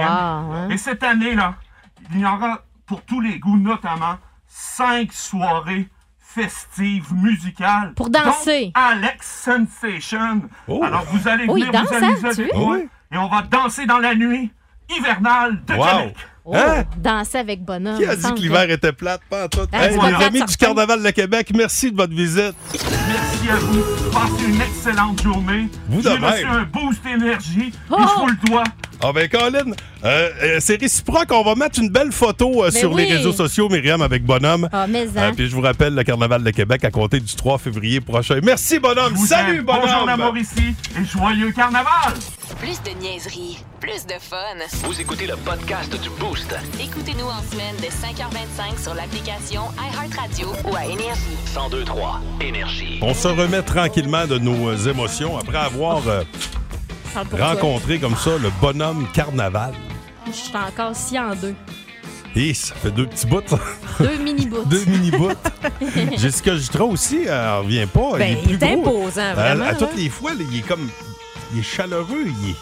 Speaker 4: hein?
Speaker 11: Et cette année-là, il y aura pour tous les goûts notamment 5 soirées festive, musicale.
Speaker 4: Pour danser.
Speaker 11: Donc, Alex Sensation. Alors, vous allez
Speaker 4: Oh, il
Speaker 11: venir
Speaker 4: danse,
Speaker 11: vous
Speaker 4: hein,
Speaker 11: amuser
Speaker 4: tu
Speaker 11: avec
Speaker 4: veux?
Speaker 11: moi. Et on va danser dans la nuit hivernale de Québec.
Speaker 4: Oh, Danser avec bonhomme.
Speaker 3: Hein? Qui a
Speaker 4: il me
Speaker 3: dit
Speaker 4: semble
Speaker 3: que l'hiver était plate? Pas en tout.
Speaker 4: Ah,
Speaker 3: Hey,
Speaker 4: c'est pas
Speaker 3: les
Speaker 4: plate,
Speaker 3: amis du
Speaker 4: certain.
Speaker 3: Carnaval de Québec, merci de votre visite.
Speaker 11: Merci à vous. Passez une excellente journée.
Speaker 3: Vous de
Speaker 11: J'ai reçu
Speaker 3: même.
Speaker 11: un boost énergie. Et
Speaker 4: Oh.
Speaker 11: je vous le dois.
Speaker 3: Ah ben Colin, euh, euh, c'est réciproque. On va mettre une belle photo euh,
Speaker 4: Ben
Speaker 3: sur
Speaker 4: oui.
Speaker 3: les réseaux sociaux, Myriam, avec Bonhomme.
Speaker 4: Ah, mais hein.
Speaker 3: Euh, puis je vous rappelle le Carnaval de Québec à compter du 3 février prochain. Merci Bonhomme.
Speaker 11: Vous
Speaker 3: Salut
Speaker 11: aime.
Speaker 3: Bonhomme.
Speaker 11: Bonjour la Mauricie et joyeux carnaval.
Speaker 1: Plus de niaiserie, plus de fun.
Speaker 2: Vous écoutez le podcast du Boost.
Speaker 1: Écoutez-nous en semaine de 5h25 sur l'application iHeartRadio ou à Énergie.
Speaker 2: 1023 Énergie.
Speaker 3: On se remet tranquillement de nos euh, émotions après avoir euh,
Speaker 4: Parle pour toi.
Speaker 3: rencontré comme ça le Bonhomme Carnaval.
Speaker 4: Je suis encore scié en deux.
Speaker 3: Et ça fait deux petits bouts.
Speaker 4: Deux mini-bouts.
Speaker 3: Deux mini-bouts. Jessica Jutra aussi, elle revient pas.
Speaker 7: Ben,
Speaker 3: il est plus
Speaker 7: il est
Speaker 3: gros.
Speaker 7: imposant,
Speaker 3: À-
Speaker 7: vraiment,
Speaker 3: À,
Speaker 7: là.
Speaker 4: hein.
Speaker 3: toutes les fois, là, il est comme. Il est chaleureux, il est.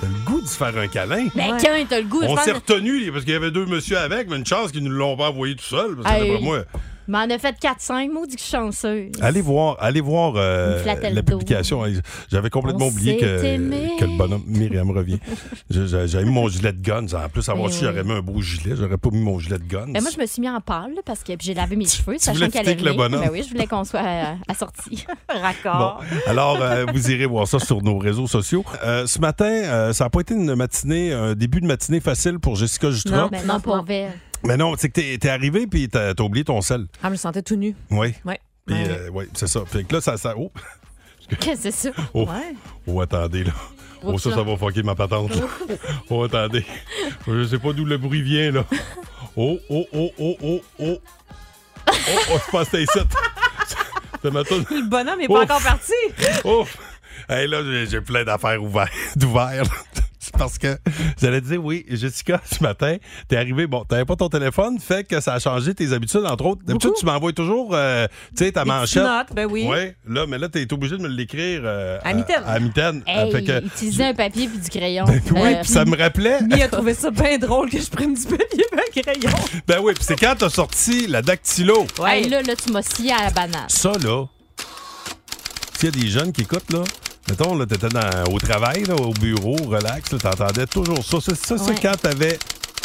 Speaker 3: T'as le goût de se faire un câlin.
Speaker 4: Ben, qu'un, t'as le goût.
Speaker 3: On
Speaker 4: je
Speaker 3: s'est
Speaker 4: pense-
Speaker 3: retenu parce qu'il y avait deux messieurs avec, mais une chance qu'ils ne l'ont pas envoyé tout seul. Parce que
Speaker 4: Aïe.
Speaker 3: d'après moi.
Speaker 4: Mais on a fait 4-5, maudit que je suis chanceuse.
Speaker 3: Allez voir, allez voir euh,
Speaker 4: Il me flattait le
Speaker 3: la
Speaker 4: dos.
Speaker 3: publication. J'avais complètement
Speaker 4: On
Speaker 3: oublié
Speaker 4: s'est
Speaker 3: que,
Speaker 4: aimé.
Speaker 3: que le bonhomme Myriam revient. Je- je- J'avais mis mon gilet de gun. En plus, à
Speaker 4: Ben
Speaker 3: voir si
Speaker 4: oui.
Speaker 3: j'aurais mis un beau gilet, j'aurais pas mis mon gilet de gun.
Speaker 4: Ben, moi, je me suis mis en pâle là, parce que puis j'ai lavé mes cheveux,
Speaker 3: voulais
Speaker 4: sachant qu'elle
Speaker 3: fitter
Speaker 4: allait
Speaker 3: avec le
Speaker 4: venir.
Speaker 3: bonhomme.
Speaker 4: Ben oui, je voulais qu'on soit euh, assortis.
Speaker 3: Bon,
Speaker 4: Raccord.
Speaker 3: alors, euh, vous irez voir ça sur nos réseaux sociaux. Euh, ce matin, euh, ça n'a pas été une matinée, un début de matinée facile pour Jessica Jutra.
Speaker 4: Non, ben non, pour vrai.
Speaker 3: Mais non, c'est que t'es t'es arrivé puis t'as t'as oublié ton sel.
Speaker 7: Ah, je me sentais tout nu.
Speaker 3: Oui.
Speaker 7: Ouais.
Speaker 3: Puis,
Speaker 7: Ouais.
Speaker 3: euh, oui, c'est ça. Fait que là, ça. ça oh,
Speaker 4: Qu'est-ce que c'est ça?
Speaker 3: oh,
Speaker 7: Ouais.
Speaker 3: oh, attendez, là. Oh, ça, ça va fucker ma patente. là. oh, attendez. Je sais pas d'où le bruit vient, là. Oh, oh, oh, oh, oh, oh. Oh, oh, je pense que t'es ici. C'est ma toune.
Speaker 7: Le bonhomme n'est pas
Speaker 3: Ouf.
Speaker 7: encore parti.
Speaker 3: Oh! Hey, là, j'ai- j'ai plein d'affaires ouvertes. d'ouvertes. C'est parce que j'allais te dire, oui, Jessica, ce matin, t'es arrivé, bon, t'avais pas ton téléphone, fait que ça a changé tes habitudes, entre autres. D'habitude, tu m'envoies toujours, euh, tu sais, ta
Speaker 7: Des petites
Speaker 3: manchette.
Speaker 7: notes, ben oui.
Speaker 3: Ouais, là, mais là, t'es obligé de me l'écrire. euh,
Speaker 7: À mitaine.
Speaker 3: À, à mitaine. Euh,
Speaker 4: Hey,
Speaker 3: Ah, Fait que-
Speaker 4: utiliser un papier puis du crayon.
Speaker 3: Ben oui,
Speaker 4: Euh,
Speaker 3: puis ça me rappelait.
Speaker 7: Mi a trouvé ça bien drôle que je prenne du papier et un crayon.
Speaker 3: Ben oui, puis c'est quand t'as sorti la dactylo.
Speaker 4: hey, là, là, tu m'as scié à la banane.
Speaker 3: Ça, là, s'il y a des jeunes qui écoutent, là, mettons, là, t'étais dans- au travail, là, au bureau, relax, là, t'entendais toujours ça. Ça, ça, c'est
Speaker 4: Ouais.
Speaker 3: quand t'avais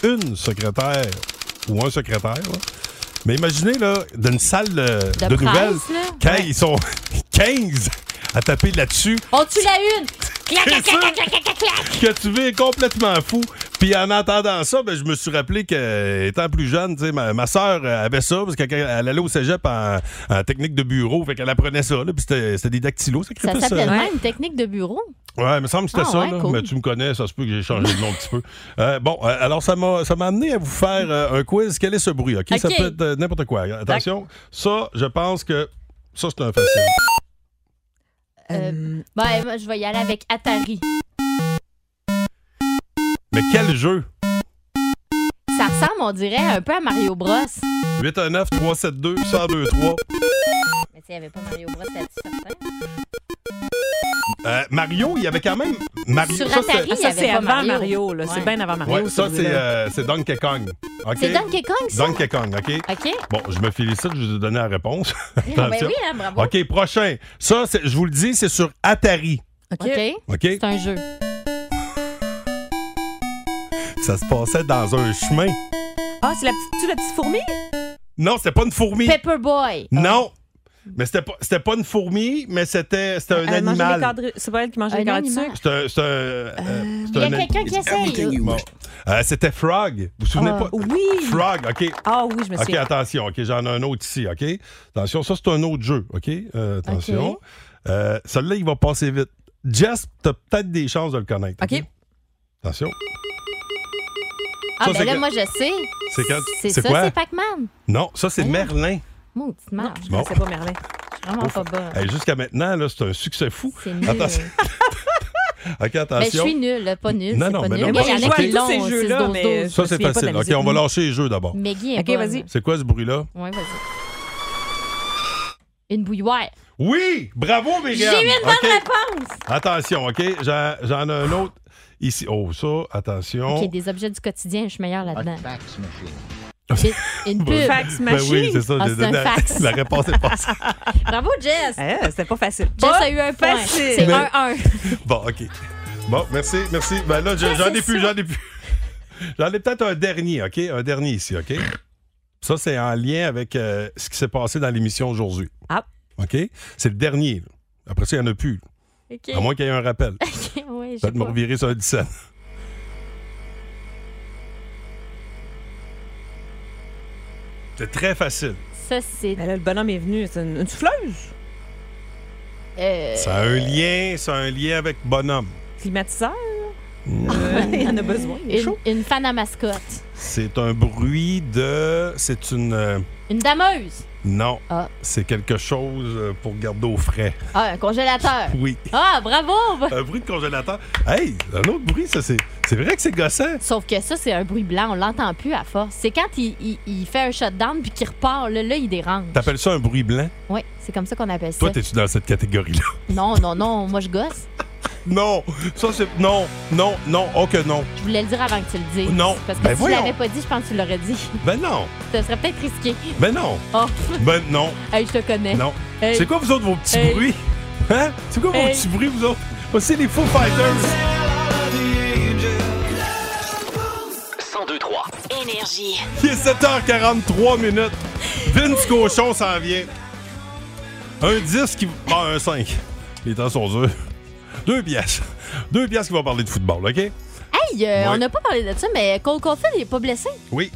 Speaker 3: une secrétaire ou un secrétaire, là. Mais imaginez, là, d'une salle euh, de,
Speaker 4: De presse,
Speaker 3: nouvelles,
Speaker 4: là.
Speaker 3: quand ils sont 15 à taper là-dessus,
Speaker 4: On tue la une! Clac, clac,
Speaker 3: C'est
Speaker 4: clac,
Speaker 3: ça.
Speaker 4: clac, clac, clac, clac!
Speaker 3: que tu vis complètement fou. Puis en entendant ça, ben, je me suis rappelé que euh, étant plus jeune, tu sais, ma, ma soeur avait ça, parce qu'elle elle allait au cégep en, en technique de bureau, fait qu'elle apprenait ça, là, puis c'était c'était des dactylos. c'est
Speaker 4: Ça
Speaker 3: crépus,
Speaker 4: s'appelle
Speaker 3: ça.
Speaker 4: même une technique de bureau.
Speaker 3: Ouais, il me semble que c'était
Speaker 4: Ah
Speaker 3: ça,
Speaker 4: ouais,
Speaker 3: là.
Speaker 4: cool.
Speaker 3: mais tu me connais, ça se peut que j'ai changé de nom un petit peu. Euh, bon, euh, alors ça m'a ça m'a amené à vous faire euh, un quiz. Quel est ce bruit? OK? Ça
Speaker 4: OK.
Speaker 3: peut être euh, n'importe quoi. Attention, ça, je pense que ça, c'est un facile.
Speaker 4: Euh, Ben, moi, je vais y aller avec Atari.
Speaker 3: Mais quel jeu?
Speaker 4: Ça ressemble, on dirait, un peu à Mario Bros.
Speaker 3: 819-372-1023.
Speaker 4: Mais tu sais, il n'y avait pas Mario Bros là-dessus, certain.
Speaker 3: Euh, Mario, il y avait quand même... Mario,
Speaker 4: Sur
Speaker 3: ça, c'est-
Speaker 4: Atari,
Speaker 7: Ah,
Speaker 4: il y
Speaker 7: ça,
Speaker 4: avait
Speaker 7: c'est
Speaker 4: pas
Speaker 7: avant Mario.
Speaker 4: Mario.
Speaker 7: là.
Speaker 4: Ouais.
Speaker 7: C'est bien avant Mario.
Speaker 3: Ouais, ça, c'est
Speaker 7: celui-là.
Speaker 3: euh, c'est Donkey Kong. OK?
Speaker 4: C'est Donkey Kong, ça?
Speaker 3: Donkey Kong, OK?
Speaker 4: OK.
Speaker 3: Bon, je me félicite, je vous ai donné la réponse.
Speaker 4: Ah, ben
Speaker 3: Attention.
Speaker 4: oui, hein, bravo.
Speaker 3: OK, prochain. Ça, c'est- je vous le dis, c'est sur Atari.
Speaker 4: OK.
Speaker 3: OK?
Speaker 4: C'est un jeu.
Speaker 3: Ça se passait dans un chemin.
Speaker 7: Ah, c'est la petite, tu, la petite fourmi?
Speaker 3: Non, c'était pas une fourmi.
Speaker 4: Pepper Boy.
Speaker 3: Non. Mais c'était pas, c'était pas une fourmi, mais c'était, c'était
Speaker 4: Euh,
Speaker 3: un
Speaker 7: Elle mangeait les
Speaker 3: animal.
Speaker 7: cadres- C'est pas elle qui mangeait
Speaker 4: Un
Speaker 7: les cadres
Speaker 4: animal.
Speaker 7: sucre?
Speaker 3: C'était un. c'est un, euh, c'est
Speaker 4: Il y a
Speaker 3: un-
Speaker 4: quelqu'un qui Euh, essaye.
Speaker 3: Bon. Euh, c'était Frog. Vous vous souvenez
Speaker 7: Ah,
Speaker 3: pas?
Speaker 7: oui.
Speaker 3: Frog, OK.
Speaker 7: Ah oui, je me
Speaker 3: OK,
Speaker 7: souviens.
Speaker 3: attention. OK, j'en ai un autre ici, OK? Attention, ça, c'est un autre jeu, OK? Euh, attention.
Speaker 4: OK.
Speaker 3: Euh, celui-là, il va passer vite. Jess, t'as peut-être des chances de le connaître.
Speaker 7: OK.
Speaker 3: Attention.
Speaker 4: Ah,
Speaker 3: Ça, c'est
Speaker 4: ben là,
Speaker 3: que-
Speaker 4: moi, je sais.
Speaker 3: C'est quand-
Speaker 4: C'est
Speaker 3: c'est
Speaker 4: ça,
Speaker 3: quoi?
Speaker 4: c'est Pac-Man.
Speaker 3: Non, ça, c'est
Speaker 4: Hein?
Speaker 3: Merlin.
Speaker 4: Mon petite
Speaker 7: Non,
Speaker 4: marge.
Speaker 7: je
Speaker 3: Bon.
Speaker 7: ne pas Merlin.
Speaker 4: Vraiment pas bon.
Speaker 3: Hey, jusqu'à maintenant, là, c'est un succès fou.
Speaker 4: C'est nul.
Speaker 3: Attention. OK,
Speaker 4: Ben, je
Speaker 3: attention.
Speaker 4: suis nulle, pas nulle.
Speaker 3: Non,
Speaker 4: c'est
Speaker 3: non,
Speaker 4: pas
Speaker 3: mais
Speaker 4: nul.
Speaker 3: non,
Speaker 4: Mais
Speaker 3: moi,
Speaker 4: il y en a
Speaker 3: j'ai
Speaker 4: qui
Speaker 3: joué
Speaker 7: à tous ces
Speaker 4: l'ont au
Speaker 7: jeux-là,
Speaker 4: 6-12-12.
Speaker 3: Ça,
Speaker 7: mais- Je me
Speaker 3: c'est
Speaker 7: souviens pas de
Speaker 3: facile.
Speaker 7: la
Speaker 3: OK, on va
Speaker 7: musique.
Speaker 3: lâcher les jeux d'abord.
Speaker 4: Maggie est
Speaker 7: OK,
Speaker 4: bonne.
Speaker 7: vas-y.
Speaker 3: C'est quoi ce bruit-là?
Speaker 4: Ouais, vas-y. Une bouilloire.
Speaker 3: Oui! Bravo, Myriam!
Speaker 4: J'ai eu une bonne
Speaker 3: OK,
Speaker 4: réponse!
Speaker 3: Attention, OK? J'en j'en ai un autre ici. Oh, ça, attention. Ah,
Speaker 4: OK, des objets du quotidien, je suis meilleure là-dedans. Une pub.
Speaker 7: Fax
Speaker 3: Ben
Speaker 7: machine.
Speaker 3: oui, c'est ça.
Speaker 4: Ah,
Speaker 3: j'ai
Speaker 4: c'est un
Speaker 3: donné-
Speaker 4: fax.
Speaker 3: La réponse est passée.
Speaker 4: Bravo, Jess.
Speaker 3: Eh,
Speaker 7: C'était pas facile.
Speaker 4: Jess a eu un point.
Speaker 7: facile.
Speaker 4: C'est
Speaker 3: Mais-
Speaker 4: 1-1.
Speaker 3: Bon, OK. Bon, merci, merci. Ben là, je- j'en ai plus, j'en ai plus. J'en ai peut-être un dernier, OK? Un dernier ici, OK? Ça, c'est en lien avec euh, ce qui s'est passé dans l'émission aujourd'hui.
Speaker 7: Ah.
Speaker 3: OK? C'est le dernier. là. Après ça, il n'y en a plus.
Speaker 4: OK.
Speaker 3: À moins qu'il y ait un rappel.
Speaker 4: OK, ouais, je sais
Speaker 3: Peut-être me
Speaker 4: pas.
Speaker 3: revirer sur un 17. C'est très facile.
Speaker 4: Ça, c'est.
Speaker 7: Mais là, le bonhomme est venu. C'est une, une souffleuse.
Speaker 4: Euh,
Speaker 3: Ça a un lien, ça a un lien avec bonhomme.
Speaker 7: Climatiseur. Euh, Il y en a besoin. Il est
Speaker 4: une,
Speaker 7: chaud.
Speaker 4: une fan à mascotte.
Speaker 3: C'est un bruit de. C'est une. euh,
Speaker 4: Une dameuse.
Speaker 3: Non.
Speaker 4: Ah.
Speaker 3: C'est quelque chose euh, pour garder au frais.
Speaker 4: Ah, un congélateur.
Speaker 3: Oui.
Speaker 4: Ah, bravo!
Speaker 3: Un bruit de congélateur. Hey, un autre bruit, ça, c'est. C'est vrai que c'est gossant.
Speaker 4: Sauf que ça, c'est un bruit blanc. On l'entend plus à force. C'est quand il, il- il fait un shutdown puis qu'il repart. Là, là, il dérange.
Speaker 3: T'appelles ça un bruit blanc?
Speaker 4: Oui, c'est comme ça qu'on appelle ça.
Speaker 3: Toi, t'es-tu dans cette catégorie-là?
Speaker 4: Non, non, non. Moi, je gosse.
Speaker 3: Non! Ça, c'est. Non, non, non, oh que non.
Speaker 4: Je voulais le dire avant que tu le dises.
Speaker 3: Non.
Speaker 4: Parce que
Speaker 3: Ben
Speaker 4: si je
Speaker 3: voyons.
Speaker 4: l'avais pas dit, je pense que tu l'aurais dit.
Speaker 3: Ben non!
Speaker 4: ça serait peut-être risqué.
Speaker 3: Ben non!
Speaker 4: Oh,
Speaker 3: Ben non!
Speaker 4: hey, je te connais.
Speaker 3: Non!
Speaker 4: Hey.
Speaker 3: C'est quoi, vous autres, vos petits
Speaker 4: Hey.
Speaker 3: bruits? Hein? C'est quoi, vos
Speaker 4: Hey.
Speaker 3: petits bruits, vous autres? Moi, c'est les Foo Fighters!
Speaker 1: 1023 Énergie.
Speaker 3: Il est 7h43 minutes. Vince Cochon s'en vient. Un 10 qui. Ah, un 5. Les temps sont durs. Deux pièces. Deux pièces qui vont parler de football, OK?
Speaker 4: Hey, euh,
Speaker 3: Ouais.
Speaker 4: on n'a pas parlé de ça, mais Cole Caulfield, il est pas blessé.
Speaker 3: Oui.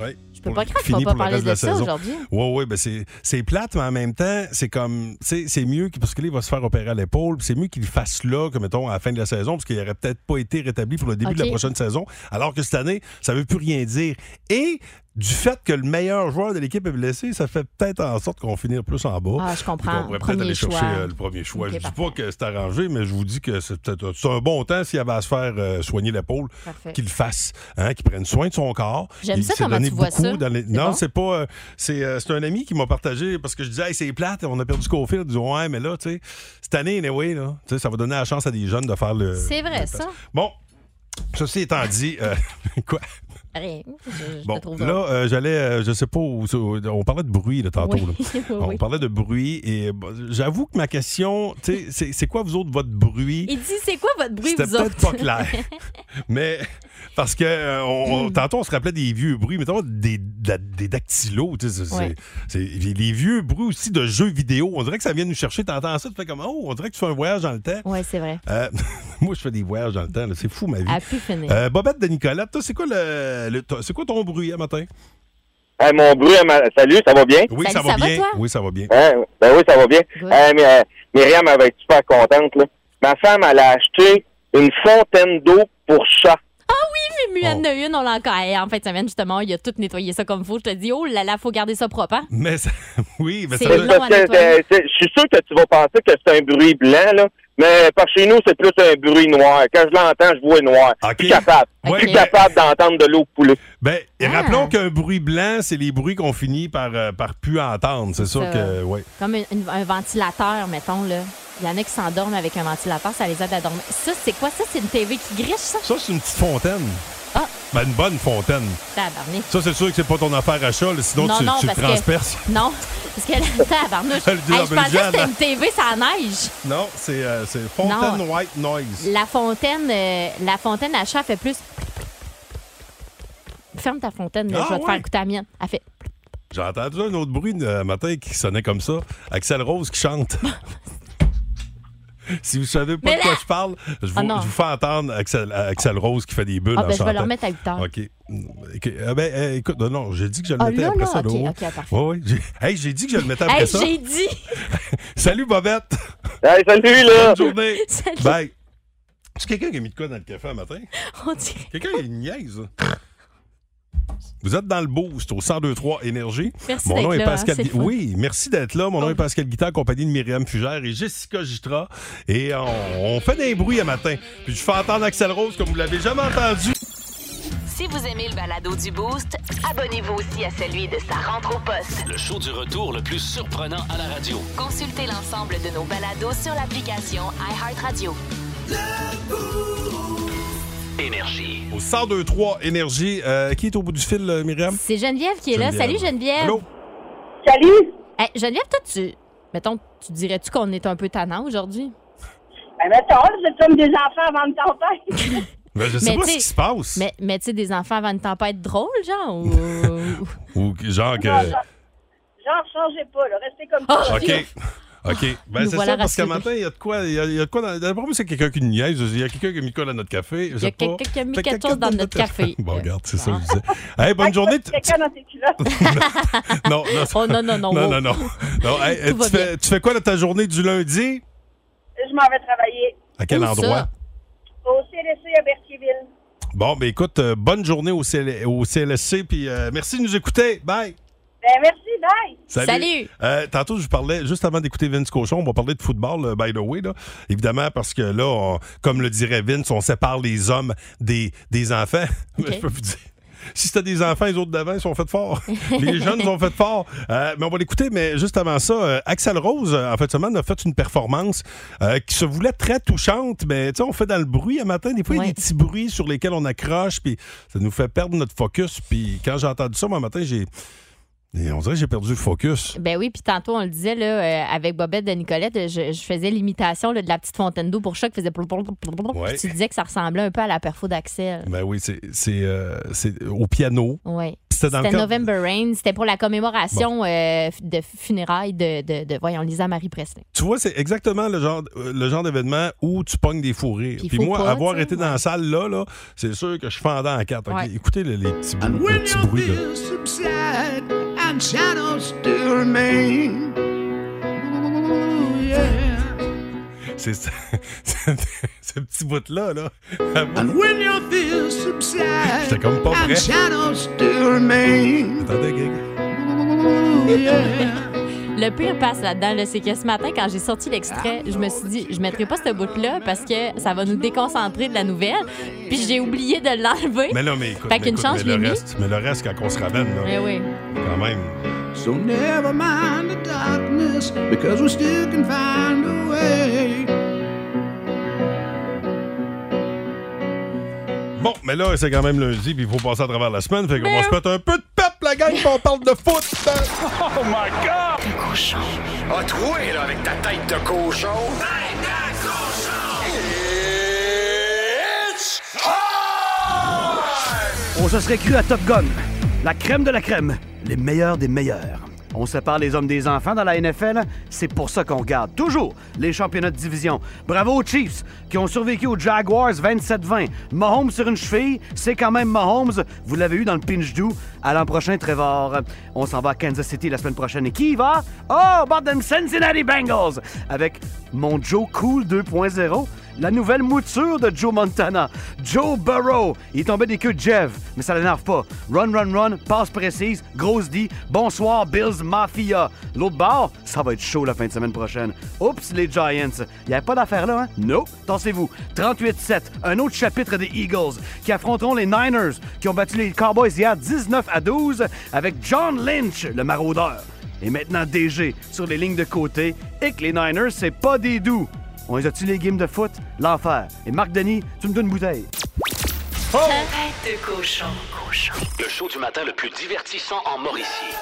Speaker 3: Oui.
Speaker 4: Je peux pas croire qu'on va pas parler de, ça aujourd'hui.
Speaker 3: Oui, oui, ben c'est c'est plate, mais en même temps, c'est comme, tu sais, c'est mieux, que, parce que là, il va se faire opérer à l'épaule, puis c'est mieux qu'il le fasse là, que, mettons, à la fin de la saison, parce qu'il n'aurait peut-être pas été rétabli pour le début de la
Speaker 4: Ok.
Speaker 3: prochaine saison, alors que cette année, ça veut plus rien dire. Et du fait que le meilleur joueur de l'équipe est blessé, ça fait peut-être en sorte qu'on finit plus en bas.
Speaker 4: Ah, je
Speaker 3: Puis qu'on
Speaker 4: comprends.
Speaker 3: Oh. pourrait peut-être
Speaker 4: Premier
Speaker 3: aller
Speaker 4: choix.
Speaker 3: chercher euh, le premier choix.
Speaker 4: Ok,
Speaker 3: je dis pas
Speaker 4: parfait.
Speaker 3: que c'est arrangé, mais je vous dis que c'est peut-être c'est un bon temps s'il avait à se faire euh, soigner l'épaule,
Speaker 4: Parfait.
Speaker 3: qu'il le fasse, hein, qu'il prenne soin de son corps.
Speaker 4: J'aime
Speaker 3: Il
Speaker 4: ça
Speaker 3: s'est
Speaker 4: comment
Speaker 3: donné
Speaker 4: tu vois
Speaker 3: beaucoup
Speaker 4: ça.
Speaker 3: dans les-
Speaker 4: C'est
Speaker 3: Non,
Speaker 4: bon.
Speaker 3: c'est pas. euh, c'est euh, c'est un ami qui m'a partagé parce que je disais, Hey, c'est plate, on a perdu Cofield. Il dit, ouais, mais là, tu sais, cette année, anyway, là, tu sais, ça va donner la chance à des jeunes de faire le.
Speaker 4: C'est vrai,
Speaker 3: le-
Speaker 4: ça.
Speaker 3: Bon, ceci étant dit, euh, quoi?
Speaker 4: Rien. Je, je
Speaker 3: Bon,
Speaker 4: te trouve drôle.
Speaker 3: là, euh, j'allais, euh, je sais pas, où- où- on parlait de bruit là, tantôt.
Speaker 4: Oui,
Speaker 3: là.
Speaker 4: oui,
Speaker 3: On
Speaker 4: oui.
Speaker 3: parlait de bruit et bon, j'avoue que ma question, tu sais, c'est- c'est quoi vous autres votre bruit?
Speaker 4: Il dit, c'est quoi votre bruit,
Speaker 3: C'était
Speaker 4: vous autres?
Speaker 3: peut-être pas clair. Mais parce que euh, on-
Speaker 4: Hmm.
Speaker 3: on- tantôt on se rappelait des vieux bruits, mais des, de la- des dactylos, tu sais, c'est-
Speaker 4: Ouais.
Speaker 3: c'est- c'est- les vieux bruits aussi de jeux vidéo. On dirait que ça vient nous chercher, t'entends ça, tu fais comme oh, on dirait que tu fais un voyage dans le temps.
Speaker 4: Oui, c'est vrai.
Speaker 3: Euh, moi je fais des voyages dans le temps, là, c'est fou ma vie.
Speaker 4: À pu finir.
Speaker 3: Euh, Bobette de Nicolette, toi, c'est quoi le, le- ton- c'est quoi ton bruit à matin?
Speaker 8: Hey, Eh, mon bruit, elle m'a- salut, ça va bien?
Speaker 3: Oui,
Speaker 4: Salut,
Speaker 3: ça va
Speaker 4: ça va,
Speaker 3: bien.
Speaker 4: toi?
Speaker 3: oui, ça va bien.
Speaker 8: Hein? Ben oui, ça va bien.
Speaker 4: Good.
Speaker 8: Hey, mais, euh, Myriam, elle va être super contente. Là. Ma femme, elle a acheté une fontaine d'eau pour chat.
Speaker 4: Mu, en a une, on l'a encore. Hey, en fin de semaine, justement, il a tout nettoyé ça comme faut. Je te dis, oh là là, faut garder ça propre, hein?
Speaker 3: Mais ça- oui, mais
Speaker 4: C'est
Speaker 3: ça doit-
Speaker 4: long. à
Speaker 8: Parce que,
Speaker 4: nettoyer.
Speaker 8: euh, c'est- je suis sûr que tu vas penser que c'est un bruit blanc, là, mais par chez nous, c'est plus un bruit noir. Quand je l'entends, je vois noir.
Speaker 3: Ok.
Speaker 8: Je suis capable.
Speaker 3: Ouais, ben,
Speaker 8: Je suis
Speaker 3: mais-
Speaker 8: capable d'entendre de l'eau couler.
Speaker 3: Ben, et
Speaker 4: Ah.
Speaker 3: rappelons qu'un bruit blanc, c'est les bruits qu'on finit par, euh, par pu entendre. C'est sûr
Speaker 4: Ça.
Speaker 3: que, oui.
Speaker 4: Comme une- une- un ventilateur, mettons, là. Il y en a qui s'endorment avec un ventilateur, ça les aide à dormir. Ça, c'est quoi? Ça, c'est une TV qui griche, ça?
Speaker 3: Ça, c'est une petite fontaine.
Speaker 4: Ah.
Speaker 3: Ben, une bonne fontaine.
Speaker 4: Tabarnak.
Speaker 3: Ça, c'est sûr que c'est pas ton affaire à chat, là, sinon
Speaker 4: Non,
Speaker 3: tu,
Speaker 4: non,
Speaker 3: tu le
Speaker 4: parce que-
Speaker 3: transperces.
Speaker 4: Non, parce que la tabarnouche.
Speaker 3: Elle le dit
Speaker 4: Hey,
Speaker 3: en
Speaker 4: je pensais que
Speaker 3: Belgique,
Speaker 4: c'était
Speaker 3: là.
Speaker 4: une TV sans neige.
Speaker 3: Non, c'est euh, c'est fontaine white noise.
Speaker 4: La fontaine, euh, la fontaine à chat fait plus. Ferme ta fontaine, là,
Speaker 3: Ah,
Speaker 4: je vais te
Speaker 3: ouais.
Speaker 4: faire écouter la mienne. Elle fait.
Speaker 3: J'ai entendu un autre bruit euh, matin qui sonnait comme ça. Axel Rose qui chante. Si vous savez pas
Speaker 4: Mais
Speaker 3: de quoi
Speaker 4: là-
Speaker 3: je parle, je vous,
Speaker 4: Ah, non.
Speaker 3: je vous fais entendre Axel, Axel Rose qui fait des bulles
Speaker 4: Ah,
Speaker 3: en
Speaker 4: ben, je vais
Speaker 3: chantant.
Speaker 4: le remettre à 8 heures.
Speaker 3: OK. OK. Eh ben, eh, écoute, non, non, j'ai dit que je le
Speaker 4: Ah,
Speaker 3: mettais
Speaker 4: là,
Speaker 3: après
Speaker 4: là,
Speaker 3: ça.
Speaker 4: ok,
Speaker 3: oui.
Speaker 4: ok, parfait.
Speaker 3: Oui, oui, j'ai- Hey, j'ai dit que je le mettais après
Speaker 4: Hey,
Speaker 3: ça.
Speaker 4: j'ai dit!
Speaker 3: Salut, Bobette.
Speaker 8: Hey, salut, là!
Speaker 3: Bonne journée.
Speaker 4: Salut.
Speaker 3: Bye. Est-ce que quelqu'un qui a mis de quoi dans le café un matin?
Speaker 4: On dirait.
Speaker 3: Quelqu'un qui a une niaise. là? Vous êtes dans le boost au 1023 Énergie.
Speaker 4: Merci
Speaker 3: Mon
Speaker 4: d'être
Speaker 3: nom est
Speaker 4: là,
Speaker 3: Pascal.
Speaker 4: hein, c'est
Speaker 3: Gui-
Speaker 4: le fun. Oh.
Speaker 3: oui, merci d'être là. Mon nom est Pascal Guitard, compagnie de Myriam Fugère et Jessica Gitra. Et on, on fait des bruits à matin. Puis je fais entendre Axel Rose comme vous l'avez jamais entendu.
Speaker 1: Si vous aimez le balado du Boost, abonnez-vous aussi à celui de sa rentre au poste.
Speaker 2: Le show du retour le plus surprenant à la radio.
Speaker 1: Consultez l'ensemble de nos balados sur l'application iHeartRadio.
Speaker 2: Énergie.
Speaker 3: Au 1023 Énergie, euh, qui est au bout du fil, euh, Myriam?
Speaker 4: C'est Geneviève qui est là.
Speaker 3: Geneviève.
Speaker 4: Salut Geneviève.
Speaker 3: Allô?
Speaker 4: Salut. Geneviève, toi, tu. Mettons, tu dirais-tu qu'on est un peu tannant aujourd'hui?
Speaker 9: Ben, mettons, c'est comme des enfants avant une tempête.
Speaker 3: Ben, je sais
Speaker 4: Mais
Speaker 3: pas
Speaker 4: tu sais-
Speaker 3: ce qui se passe.
Speaker 4: Mais, mais tu sais, des enfants avant une tempête drôle, genre? ou-
Speaker 3: Ou que- genre que.
Speaker 9: Genre, changez pas, là. Restez comme
Speaker 4: Ah,
Speaker 3: OK. OK. Ben,
Speaker 4: Nous
Speaker 3: c'est
Speaker 4: voilà
Speaker 3: ça, parce qu'à
Speaker 4: rassurés.
Speaker 3: matin, il y a de quoi. Il y a, il y a de quoi dans. D'après moi, c'est quelqu'un qui niaise. Il y a quelqu'un qui a mis quoi dans notre café.
Speaker 4: Il y a quelqu'un qui a mis quelque chose dans notre café. Ah.
Speaker 3: Bon, regarde, c'est ça que je disais. Hey, bonne journée. tu-
Speaker 9: Quelqu'un dans tes culottes.
Speaker 3: Non, non.
Speaker 4: Oh, non, non,
Speaker 3: Non,
Speaker 4: non, wow.
Speaker 3: non, non. Non, hey,
Speaker 4: Tout va
Speaker 3: tu, fais, tu fais quoi de ta journée du lundi?
Speaker 9: Je m'en vais travailler
Speaker 3: À quel
Speaker 4: Où ça?
Speaker 3: endroit?
Speaker 9: au CLC à Berthierville.
Speaker 3: Bon, ben écoute, euh, bonne journée au, CL au CLSC, puis euh, merci de nous écouter. Bye!
Speaker 9: Ben, merci, bye.
Speaker 4: Salut.
Speaker 3: Euh, tantôt, je vous parlais, juste avant d'écouter Vince Cochon, on va parler de football, là, by the way. Là. Évidemment, parce que là, on- comme le dirait Vince, on sépare les hommes des, des enfants. Mais je peux vous dire. Si c'était des enfants, les autres d'avant, ils sont faits forts. Les jeunes sont faits forts. Euh, mais on va l'écouter. Mais juste avant ça, euh, Axel Rose, euh, en fait, semaine, a fait une performance euh, qui se voulait très touchante. Mais tu sais, on fait dans le bruit à matin. Des fois, il y a des petits bruits sur lesquels on accroche. Puis ça nous fait perdre notre focus. Puis quand j'ai entendu ça, moi, matin, j'ai. et On dirait que j'ai perdu le focus.
Speaker 4: Ben oui, puis tantôt, on le disait, là, euh, avec Bobette de Nicolette, je, je faisais l'imitation là, de la petite fontaine d'eau pour chat qui faisait. plou, plou, plou, plou, plou,
Speaker 3: Ouais.
Speaker 4: puis Tu disais que ça ressemblait un peu à la perfo d'Axel.
Speaker 3: Ben oui, c'est c'est, euh, c'est au piano.
Speaker 4: Oui.
Speaker 3: C'était dans le
Speaker 4: C'était
Speaker 3: cadre-
Speaker 4: November Rain, c'était pour la commémoration euh, de funérailles de, de, de- voyons, Lisa Marie Presley.
Speaker 3: Tu vois, c'est exactement le genre, euh, le genre d'événement où tu pognes des fous rires.
Speaker 4: Puis
Speaker 3: Puis
Speaker 4: faut
Speaker 3: moi,
Speaker 4: pas,
Speaker 3: avoir
Speaker 4: tu sais,
Speaker 3: été dans la salle là, là c'est sûr que je suis fendant en quatre. ok?
Speaker 12: Ouais.
Speaker 3: Écoutez les, les petits,
Speaker 12: And
Speaker 3: bruits- les
Speaker 12: when
Speaker 3: petits
Speaker 12: your
Speaker 3: bruits. là.
Speaker 12: fears subside and shadows still remain. Ooh, yeah.
Speaker 3: C'est c'est- ce petit bout-là. Là.
Speaker 12: And when your fears subside
Speaker 3: J'étais comme pas prêt.
Speaker 12: and shadows still remain.
Speaker 3: Attendez, Greg.
Speaker 12: Ooh, yeah.
Speaker 4: Le pire passe là-dedans, là, c'est que ce matin, quand j'ai sorti l'extrait, je me suis dit, je mettrai pas ce bout-là parce que ça va nous déconcentrer de la nouvelle. Puis j'ai oublié de l'enlever.
Speaker 3: Mais non, mais écoute, mais
Speaker 4: Fait qu'une
Speaker 3: écoute, mais
Speaker 4: chance, je l'ai
Speaker 3: le
Speaker 4: mis.
Speaker 3: reste, mais le reste, quand on se ramène, là,
Speaker 4: Eh oui.
Speaker 3: quand même.
Speaker 12: So never mind the darkness, because we still can find a way.
Speaker 3: Bon, mais là, c'est quand même lundi, puis il faut passer à travers la semaine. Fait qu'on
Speaker 12: Mais-
Speaker 3: va se mettre un peu de peuple, la gang, puis on parle de foot. hein.
Speaker 12: Oh my god!
Speaker 2: Cochon. A troué, là, avec ta tête de cochon. Tête de cochon! It's
Speaker 13: On se serait cru à Top Gun. La crème de la crème. Les meilleurs des meilleurs. On sépare les hommes des enfants dans la NFL. C'est pour ça qu'on garde toujours les championnats de division. Bravo aux Chiefs qui ont survécu aux Jaguars 27-20. Mahomes sur une cheville, c'est quand même Mahomes. Vous l'avez eu dans le pinch doux. À l'an prochain, Trevor. On s'en va à Kansas City la semaine prochaine. Et qui y va? Oh, Bottom Cincinnati ben. Bengals! Avec mon Joe Cool 2.0 la nouvelle mouture de Joe Montana. Joe Burrow, il est tombé des queues de Jeff, mais ça l'énerve pas. Run, run, run, passe précise, grosse dit, bonsoir Bills Mafia. L'autre bord, ça va être chaud la fin de semaine prochaine. Oups, les Giants. Il n'y a pas d'affaire là, hein? Non, tassez-vous. 38-7, un autre chapitre des Eagles qui affronteront les Niners qui ont battu les Cowboys hier 19 à 12 avec John Lynch, le maraudeur. Et maintenant DG sur les lignes de côté et que les Niners, c'est pas des doux. On les a-tu les games de foot? L'enfer. Et Marc Denis, tu me donnes une bouteille.
Speaker 1: Tête de cochon. cochon.
Speaker 2: Le show du matin le plus divertissant en Mauricie.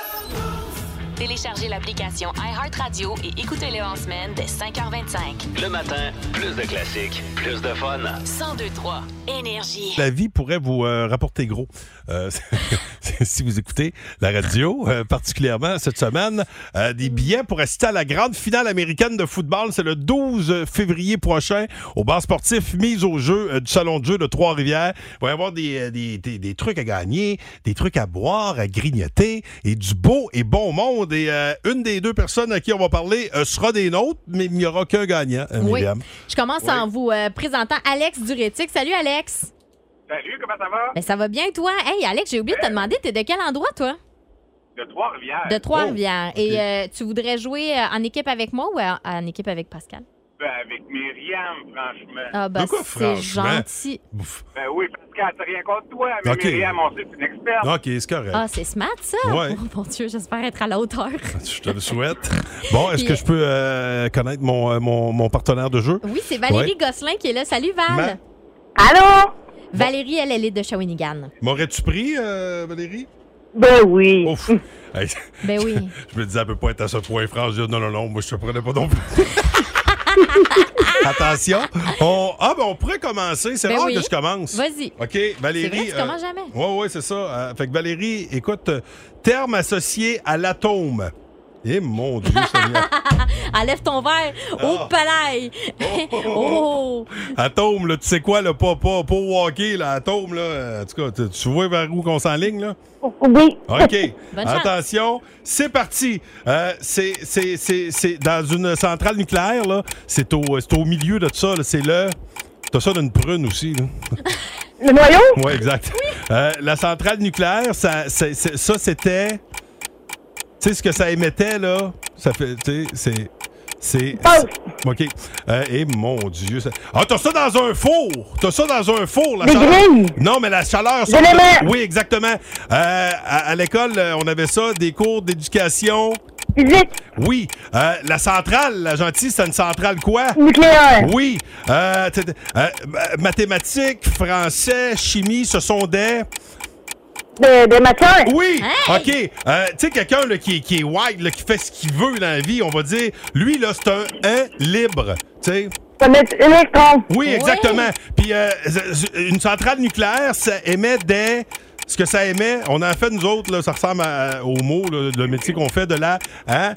Speaker 1: Téléchargez l'application iHeartRadio et écoutez-le en semaine dès 5h25.
Speaker 2: Le matin, plus de classiques, plus de fun.
Speaker 1: 1023 Énergie.
Speaker 3: La vie pourrait vous euh, rapporter gros. Euh, si vous écoutez la radio, euh, particulièrement cette semaine, euh,
Speaker 4: Mm.
Speaker 3: des billets pour assister à la grande finale américaine de football. C'est le 12 février prochain au bar sportif Mise au jeu euh, du Salon de jeu de Trois-Rivières. Il va y avoir des, euh, des- des- des trucs à gagner, des trucs à boire, à grignoter et du beau et bon monde. Et euh, une des deux personnes à qui on va parler euh, sera des nôtres, mais il n'y aura qu'un gagnant, euh,
Speaker 4: Oui.
Speaker 3: Myriam.
Speaker 4: Je commence en vous euh, présentant Alex Durétic. Salut Alex.
Speaker 14: Salut, comment ça va?
Speaker 4: Ben, ça va bien toi? Hey Alex, j'ai oublié de te demander, t'es de quel endroit toi?
Speaker 14: De Trois-Rivières.
Speaker 4: De Trois-Rivières.
Speaker 3: Oh,
Speaker 4: Et euh, tu voudrais jouer euh, en équipe avec moi ou euh, en équipe avec Pascal?
Speaker 14: Ben, avec Myriam, franchement.
Speaker 4: Ah, ben, De quoi, c'est franchement? gentil.
Speaker 14: Ben oui, Pascal, c'est rien contre toi, mais
Speaker 3: Ok.
Speaker 14: Myriam, on sait que c'est une experte.
Speaker 3: OK, c'est correct.
Speaker 4: Ah, c'est smart ça?
Speaker 3: Ouais.
Speaker 4: Oh mon Dieu, j'espère être à la hauteur.
Speaker 3: Je te le souhaite. Bon, est-ce
Speaker 4: Puis-
Speaker 3: que je peux euh, connaître mon, euh, mon, mon partenaire de jeu?
Speaker 4: Oui, c'est Valérie
Speaker 3: Ouais.
Speaker 4: Gosselin qui est là. Salut Val.
Speaker 3: Ma-
Speaker 4: Allô? Valérie, elle, elle est de Shawinigan.
Speaker 3: M'aurais-tu pris, euh, Valérie?
Speaker 9: Ben oui.
Speaker 3: Ouf. Hey,
Speaker 4: Ben oui.
Speaker 3: je me disais, elle peut pas être à ce point franche. Je dis, non, non, non, moi, je te prenais pas non plus. Attention. On... Ah, ben, on pourrait commencer. C'est
Speaker 4: Ben
Speaker 3: rare
Speaker 4: oui.
Speaker 3: que je commence.
Speaker 4: Vas-y.
Speaker 3: OK, Valérie.
Speaker 4: C'est vrai, tu commences jamais.
Speaker 3: Oui, oui, c'est ça. Euh, fait que Valérie, écoute, euh, terme associé à l'atome. Eh, mon Dieu, Seigneur.
Speaker 4: Enlève ton verre
Speaker 3: Ah.
Speaker 4: au palais. Oh!
Speaker 3: Atome, là, tu sais quoi, là, pas, pas, pas walker, là, atome, là. euh, En tout cas, tu, tu vois vers où qu'on s'enligne, là?
Speaker 9: Oui.
Speaker 3: OK.
Speaker 9: Bonne chance.
Speaker 3: Attention, c'est parti. Euh, c'est c'est- c'est- c'est dans une centrale nucléaire, là. C'est au, c'est au milieu de ça, là. C'est le. T'as ça d'une prune aussi, là.
Speaker 9: Le noyau?
Speaker 3: Oui, exact. Euh, la centrale nucléaire, ça, c'est- c'est- ça c'était. Tu sais, ce que ça émettait, là, ça fait. Tu sais, c'est. C'est. c'est- OK. Euh, et mon Dieu. ça- Ah, t'as ça dans un four! T'as ça dans un four, la
Speaker 9: Des
Speaker 3: chaleur.
Speaker 9: grilles.
Speaker 3: Non, mais la chaleur.
Speaker 9: Des éléments.
Speaker 3: Oui, exactement. Euh, à à l'école, euh, on avait ça, des cours d'éducation.
Speaker 9: Physique.
Speaker 3: Oui. Euh, la centrale, la gentille, c'est une centrale quoi?
Speaker 9: Nucléaire.
Speaker 3: Oui. Euh, t- t- euh, mathématiques, français, chimie, ce sont des...
Speaker 9: Des, des matières.
Speaker 3: Oui! OK. Euh, tu sais, quelqu'un là, qui, qui est wild, là, qui fait ce qu'il veut dans la vie, on va dire, lui, là, c'est un un libre. Tu sais?
Speaker 9: électron.
Speaker 3: Oui, exactement. Puis euh, z- z- une centrale nucléaire, ça émet des. Ce que ça émet, on en fait nous autres, là, ça ressemble à- euh, au mot, là, le métier qu'on fait de la. Hein?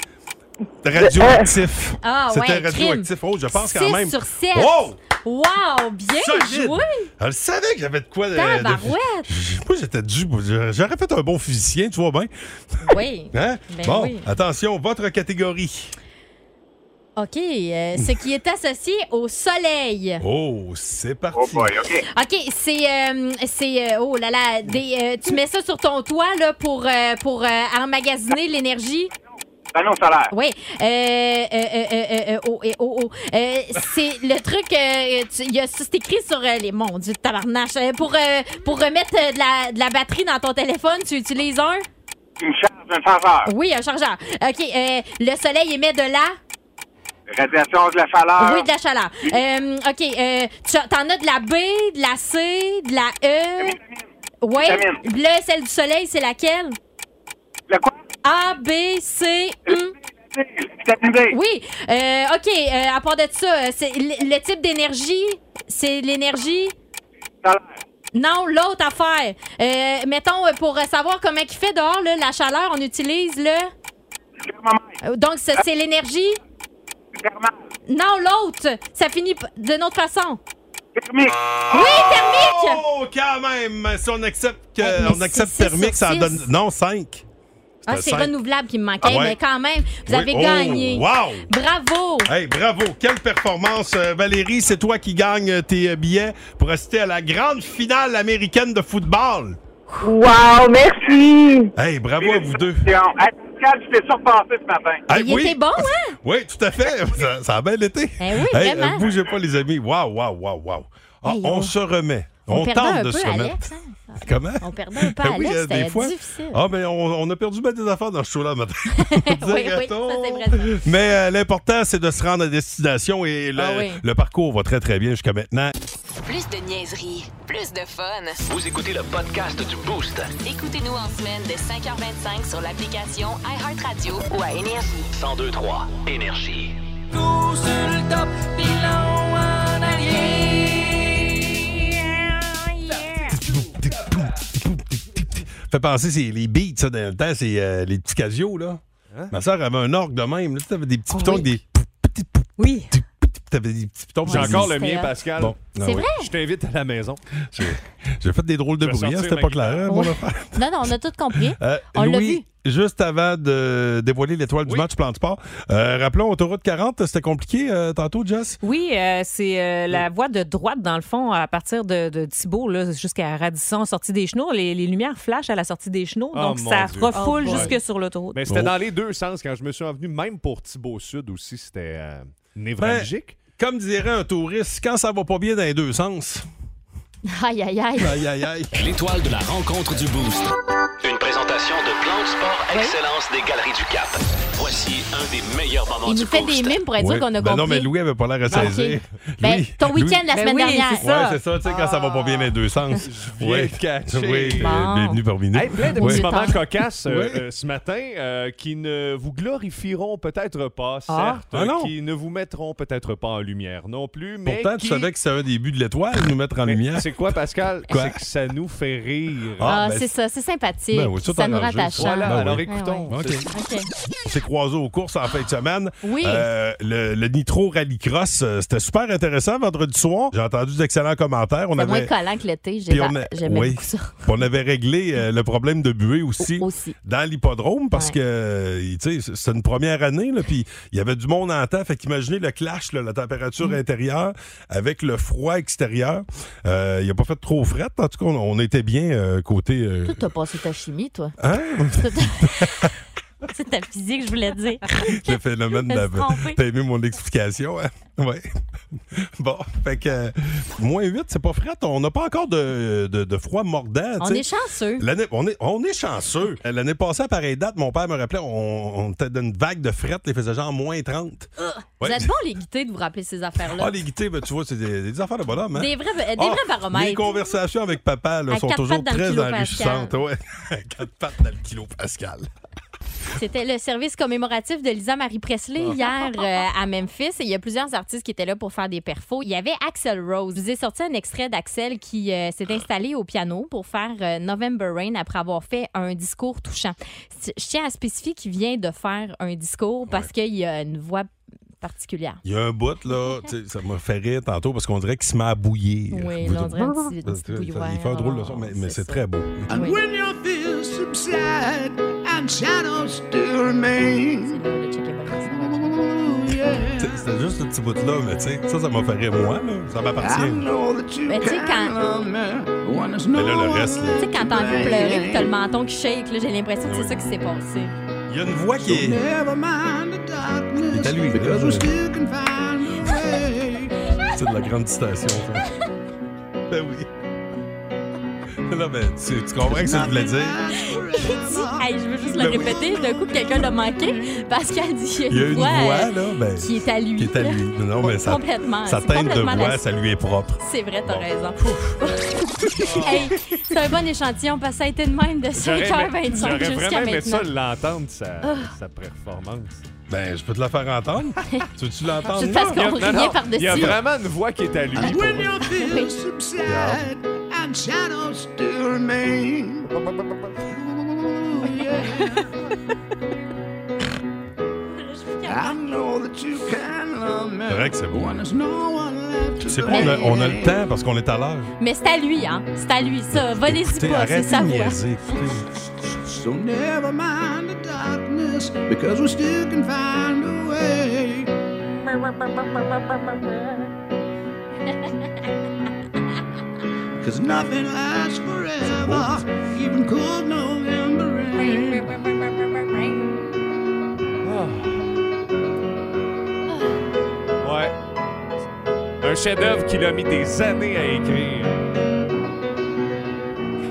Speaker 3: Radioactif.
Speaker 4: Ah, ouais,
Speaker 3: C'était
Speaker 4: crime.
Speaker 3: radioactif. Oh, je pense quand
Speaker 4: Six
Speaker 3: même.
Speaker 4: sur 7.
Speaker 3: Wow!
Speaker 4: Wow! Bien
Speaker 3: Solide.
Speaker 4: joué!
Speaker 3: Elle savait que j'avais de quoi. de- de-
Speaker 4: Tabarouette!
Speaker 3: Moi, j'étais dû. J'aurais fait un bon physicien, tu vois bien.
Speaker 4: Oui.
Speaker 3: Hein?
Speaker 4: Ben
Speaker 3: bon,
Speaker 4: oui.
Speaker 3: attention, votre catégorie.
Speaker 4: OK. euh, ce qui est associé au soleil.
Speaker 3: Oh, c'est parti.
Speaker 4: OK, c'est. euh, c'est euh, oh là là. Des, euh, tu mets ça sur ton toit là, pour, euh, pour euh, emmagasiner l'énergie.
Speaker 14: Panneau solaire.
Speaker 4: Oui. Euh, euh, euh, euh, euh, euh, oh, eh, oh, oh. Euh, c'est le truc. euh, tu- il y a- c'est écrit sur euh, les. Mon Dieu, tabarnache. Euh, pour, euh, pour remettre euh, de, la, de la batterie dans ton téléphone, tu utilises un?
Speaker 14: Une charge, un faveur.
Speaker 4: Oui, un chargeur. OK. euh, le soleil émet de la.
Speaker 14: Radiation de la chaleur.
Speaker 4: Oui, de la chaleur. Euh, OK. euh, tu en as de la B, de la C, de la E. Oui.
Speaker 14: Vitamine.
Speaker 4: Là, celle du soleil, c'est laquelle?
Speaker 14: La quoi? Euh,
Speaker 4: A, B, C, U. Oui. Euh, OK. euh, à part de ça, euh, c'est l- le type d'énergie, c'est l'énergie. Non, l'autre affaire. Euh, mettons, euh, pour euh, savoir comment il fait dehors, là, la chaleur, on utilise le. Euh, Donc, ça, c'est l'énergie. Non, l'autre. Ça finit p- d'une autre façon.
Speaker 14: Thermique.
Speaker 4: Oui, thermique!
Speaker 3: Oh, quand même! Si on accepte, que-
Speaker 4: Hey, mais
Speaker 3: on accepte
Speaker 4: c'est six
Speaker 3: thermique,
Speaker 4: sur
Speaker 3: ça en
Speaker 4: six.
Speaker 3: donne. Non, 5.
Speaker 4: Ah, c'est renouvelable qui me manquait,
Speaker 3: Ah ouais.
Speaker 4: mais quand même, vous
Speaker 3: Oui.
Speaker 4: avez
Speaker 3: Oh,
Speaker 4: gagné.
Speaker 3: wow!
Speaker 4: Bravo!
Speaker 3: Hey, bravo! Quelle performance, euh, Valérie! C'est toi qui gagne euh, tes euh, billets pour assister à la grande finale américaine de football!
Speaker 9: Wow, merci.
Speaker 3: Hey, bravo à vous deux!
Speaker 14: Hey, Pascal, tu t'es surpassé ce matin.
Speaker 3: Hey,
Speaker 4: Il était bon, hein?
Speaker 3: Ah, Oui, tout à fait! Ça, ça a bien été!
Speaker 4: Eh oui,
Speaker 3: Hey,
Speaker 4: vraiment.
Speaker 3: euh, bougez pas, les amis! Waouh, waouh, waouh, waouh! Ah,
Speaker 4: Hey,
Speaker 3: on,
Speaker 4: on-
Speaker 3: se remet. On,
Speaker 4: on perdait
Speaker 3: tente
Speaker 4: un
Speaker 3: de
Speaker 4: peu
Speaker 3: se
Speaker 4: Alex,
Speaker 3: remettre.
Speaker 4: hein?
Speaker 3: Comment?
Speaker 4: On perdait un peu
Speaker 3: Ben
Speaker 4: Alex,
Speaker 3: oui, euh, des
Speaker 4: c'était
Speaker 3: fois.
Speaker 4: difficile.
Speaker 3: Ah, mais on, on a perdu bien des affaires dans ce show-là, matin.
Speaker 4: oui, oui, ça c'est vrai. ça.
Speaker 3: Mais euh, l'important, c'est de se rendre à destination et le,
Speaker 1: Ah oui.
Speaker 3: le parcours va très, très bien jusqu'à maintenant.
Speaker 1: Plus de niaiserie, plus de fun.
Speaker 2: Vous écoutez le podcast du Boost.
Speaker 1: Écoutez-nous en semaine de 5h25 sur l'application iHeartRadio ou à Énergie.
Speaker 2: 1023 Énergie.
Speaker 15: Tout sur le top, pilon en arrière.
Speaker 3: Fait penser, c'est les beats, ça, dans le temps, c'est euh, les petits casios, là.
Speaker 16: Hein?
Speaker 3: Ma soeur avait un orgue de même. Là, t'avais des
Speaker 16: Ah
Speaker 3: petits pitons avec des.
Speaker 7: Oui.
Speaker 3: T'avais des petits pitons.
Speaker 16: J'ai
Speaker 3: puis-
Speaker 16: encore le mien, Pascal.
Speaker 3: Bon. Ah oui.
Speaker 16: Je t'invite à la maison.
Speaker 3: J'ai fait des drôles de
Speaker 16: Je vais
Speaker 3: bruit, hein,
Speaker 16: sortir
Speaker 3: c'était
Speaker 16: ma Oh.
Speaker 3: pas clair, hein, mon
Speaker 4: Ouais.
Speaker 3: affaire.
Speaker 4: Non, non, on a tout compris.
Speaker 3: Euh,
Speaker 4: On l'a
Speaker 3: Louis, juste avant de dévoiler l'étoile du match plan de sport, euh, rappelons, autoroute 40, c'était compliqué euh, tantôt, Jess?
Speaker 7: Oui, euh, c'est euh, la voie de droite, dans le fond, à partir de, de Thibault là, jusqu'à Radisson, sortie des Chenaux. Les, les lumières flashent à la sortie des Chenaux,
Speaker 16: Oh,
Speaker 7: donc
Speaker 16: mon
Speaker 7: ça
Speaker 16: Dieu.
Speaker 7: refoule
Speaker 16: Oh, boy.
Speaker 7: jusque sur l'autoroute.
Speaker 16: Mais c'était dans les deux sens. Quand je me suis revenu, même pour Thibault Sud aussi, c'était euh, névralgique.
Speaker 3: Ben, Comme dirait un touriste, quand ça va pas bien dans les deux sens.
Speaker 4: Aïe, aïe, aïe.
Speaker 3: Aïe, aïe, aïe.
Speaker 2: L'étoile de la rencontre du Boost. Une présentation présentation de Plan de Sport Excellence des Galeries du Cap. Voici un des meilleurs moments
Speaker 4: Il
Speaker 2: du
Speaker 4: nous fait
Speaker 2: boost.
Speaker 4: des mimes pour être sûr qu'on a
Speaker 3: Ben
Speaker 4: compris.
Speaker 3: non, mais Louis avait pas l'air à
Speaker 4: Ah, ok.
Speaker 3: saisir.
Speaker 4: Ben,
Speaker 3: Louis-
Speaker 4: ton week-end la
Speaker 3: Louis-
Speaker 4: semaine dernière.
Speaker 3: Ouais, c'est ça, tu sais, quand ça va pas bien dans les deux sens.
Speaker 16: Viens
Speaker 3: Oui,
Speaker 16: catcher.
Speaker 3: oui, euh, bienvenue parmi nous.
Speaker 16: Hey, plein de
Speaker 3: Ouais.
Speaker 16: petits moments cocasses euh,
Speaker 3: Oui.
Speaker 16: euh, ce matin euh, qui ne vous glorifieront peut-être pas,
Speaker 3: Ah.
Speaker 16: certes,
Speaker 3: Ah non.
Speaker 16: qui ne vous mettront peut-être pas en lumière non plus, mais
Speaker 3: Pourtant,
Speaker 16: qui...
Speaker 3: tu savais que c'était un des buts de l'étoile, nous mettre en lumière.
Speaker 16: C'est quoi, Pascal?
Speaker 3: Quoi?
Speaker 16: C'est que ça nous fait rire.
Speaker 4: Ah, c'est ça, c'est sympathique.
Speaker 3: Ben oui, tout Ben,
Speaker 4: ça nous
Speaker 3: arrangé, ça.
Speaker 4: rattache.
Speaker 3: Voilà, alors
Speaker 16: écoutons.
Speaker 3: OK.
Speaker 4: OK.
Speaker 3: On s'est croisés aux courses en fin de semaine.
Speaker 4: Oui.
Speaker 3: Euh, le, le Nitro Rallycross, euh, c'était super intéressant vendredi soir. J'ai entendu d'excellents commentaires. On
Speaker 4: C'est moins
Speaker 3: avait,
Speaker 4: Ben, collant que l'été. j'ai
Speaker 3: puis
Speaker 4: la-
Speaker 3: on a-
Speaker 4: J'aimais
Speaker 3: oui.
Speaker 4: beaucoup ça.
Speaker 3: Puis on avait réglé euh, le problème de buée aussi, dans l'hippodrome parce que euh, tu sais, c'est une première année là, puis il y avait du monde en temps. Fait qu'imaginez le clash, là, la température
Speaker 4: Mm.
Speaker 3: intérieure avec le froid extérieur. Euh, Il n'y a pas fait trop fret. En tout cas, on, on était bien euh, côté. euh,
Speaker 4: Toi, t'as passé ta chimie, toi.
Speaker 3: Hein?
Speaker 4: C'est ta physique, je voulais dire.
Speaker 3: le phénomène
Speaker 4: Je me suis
Speaker 3: d'avant.
Speaker 4: trompée.
Speaker 3: T'as aimé mon explication, hein? Ouais. Bon, fait que euh, moins 8, c'est pas fret. On n'a pas encore de, de- de froid mordant.
Speaker 4: On
Speaker 3: tu sais.
Speaker 4: est chanceux.
Speaker 3: L'année- on, est, on est chanceux. Euh, L'année passée, à pareille date, mon père me rappelait, on, on était d'une vague de fret, les faisait genre moins 30. Ouais.
Speaker 4: Ah, Vous êtes bons, les guités, de vous rappeler ces affaires-là.
Speaker 3: Ah, les guitées, ben, tu vois, c'est des, des affaires de bonhomme. Hein?
Speaker 4: Des vrais- euh, des
Speaker 3: Ah,
Speaker 4: vrais baromètres.
Speaker 3: Mes conversations avec papa là,
Speaker 4: À
Speaker 3: sont
Speaker 4: quatre
Speaker 3: toujours
Speaker 4: pattes dans le
Speaker 3: très
Speaker 4: kilo
Speaker 3: enrichissantes. Ouais. Quatre pattes dans le kilo Pascal.
Speaker 4: C'était le service commémoratif de Lisa Marie Presley
Speaker 12: Ah.
Speaker 4: hier euh, à Memphis et il y a plusieurs artistes qui étaient là pour faire des perfos. Il y avait Axel Rose. Je vous ai sorti un extrait d'Axel qui euh, s'est installé au piano pour faire euh, November Rain après avoir fait un discours touchant. Je tiens à spécifier qu'il vient de faire un discours parce qu'il a une voix particulière.
Speaker 3: Il y a un bout, là, tu sais, ça m'a fait rire tantôt parce qu'on dirait qu'il se met à bouillir.
Speaker 4: Oui,
Speaker 3: Vous
Speaker 4: là, on
Speaker 3: dites- Ah!
Speaker 4: dirait un petit- petit
Speaker 3: Il fait un drôle de son, mais, mais c'est très beau.
Speaker 12: And when your fears subside and shadows still remain. Ooh, yeah.
Speaker 3: Tu sais, C'est juste ce petit bout-là, mais tu sais, ça, ça m'a fait rire, moi, là. Ça m'appartient.
Speaker 4: Mais Ben, tu sais, quand.
Speaker 3: Mais là, le reste, là.
Speaker 4: Tu sais, quand t'as envie de pleurer et t'as le menton qui shake, là, j'ai l'impression que c'est ça qui s'est passé.
Speaker 3: Il y a une voix qui est.
Speaker 12: Never mind the darkness.
Speaker 3: Il est à lui, là.
Speaker 12: Because we still can find a way.
Speaker 3: C'est de la grande station, ça. Ben oui. Non, mais tu, tu comprends que ça voulait dire.
Speaker 4: Il dit, Hey, je veux juste le
Speaker 3: Ben oui.
Speaker 4: répéter, d'un coup, quelqu'un l'a manqué parce qu'elle dit
Speaker 3: Il y a une voix,
Speaker 4: euh,
Speaker 3: là, ben,
Speaker 4: qui est à lui.
Speaker 3: qui est à lui. Non, mais ça,
Speaker 4: Complètement.
Speaker 3: sa
Speaker 4: C'est
Speaker 3: teinte de
Speaker 4: complètement
Speaker 3: voix,
Speaker 4: la-
Speaker 3: ça lui est propre.
Speaker 4: C'est vrai, t'as raison. Hey, c'est un bon échantillon parce que ça a été de même de
Speaker 16: J'aurais aimé-
Speaker 4: 5h25
Speaker 16: J'aurais
Speaker 4: jusqu'à
Speaker 16: vraiment aimé
Speaker 4: maintenant.
Speaker 16: ça l'entendre, sa,
Speaker 4: Ah.
Speaker 16: sa performance.
Speaker 3: Ben, je peux te la faire entendre. tu veux-tu l'entendre?
Speaker 4: Je te fasse
Speaker 3: là?
Speaker 4: qu'on
Speaker 16: Il y a- non,
Speaker 4: riait
Speaker 16: non,
Speaker 4: par-dessus.
Speaker 16: Il y a vraiment une voix qui est à lui.
Speaker 12: And
Speaker 16: pour
Speaker 12: when
Speaker 16: vrai.
Speaker 12: your fears subside and shadows still remain. Ooh, yeah. I know that you can love me.
Speaker 3: C'est vrai que c'est beau. C'est pas,
Speaker 12: Mais-
Speaker 3: on a, on a le temps parce qu'on est à l'heure.
Speaker 4: Mais c'est à lui, hein. C'est à lui, ça. Volez-y
Speaker 3: Écoutez,
Speaker 4: pas, c'est
Speaker 3: arrêtez
Speaker 4: sa
Speaker 3: de
Speaker 4: voix.
Speaker 3: niaiser. écoutez.
Speaker 12: So never mind the darkness, because we still can find a way. Cause nothing lasts forever, even cold November rain.
Speaker 16: Ouais. Un chef-d'œuvre qu'il a mis des années à écrire.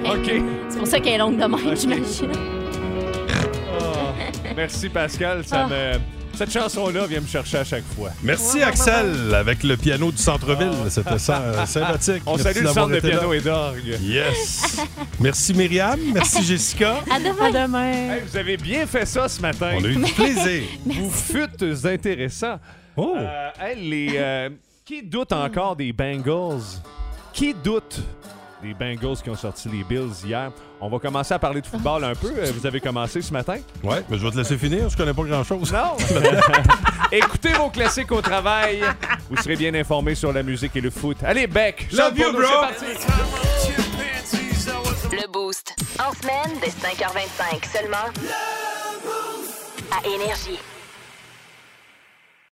Speaker 16: OK.
Speaker 4: C'est pour ça qu'elle est longue de même, j'imagine.
Speaker 16: Ah, merci, Pascal. Ça
Speaker 4: Ah.
Speaker 16: me- Cette chanson-là vient me chercher à chaque fois.
Speaker 3: Merci Axel avec le piano du centre-ville. C'était ça, euh, sympathique.
Speaker 16: On
Speaker 3: Merci
Speaker 16: salue le
Speaker 3: d'avoir
Speaker 16: centre de
Speaker 3: été là.
Speaker 16: piano et d'orgue.
Speaker 3: Yes. Merci Myriam. Merci Jessica.
Speaker 4: À demain.
Speaker 16: Hey, vous avez bien fait ça ce matin.
Speaker 3: On a eu du plaisir.
Speaker 16: Vous fûtes intéressant.
Speaker 3: Oh.
Speaker 16: Euh, hey, les, euh, qui doute encore des Bengals? Qui doute des Bengals qui ont sorti les Bills hier? On va commencer à parler de football un peu. Euh, Vous avez commencé ce matin?
Speaker 3: Ouais, mais je vais te laisser finir. Je connais pas grand-chose.
Speaker 16: Non. Écoutez vos classiques au travail. Vous serez bien informés sur la musique et le foot. Allez, Beck! chante
Speaker 3: you,
Speaker 16: pour nous,
Speaker 3: bro.
Speaker 16: c'est parti.
Speaker 1: Le Boost. En semaine, dès 5h25 seulement. À Énergie.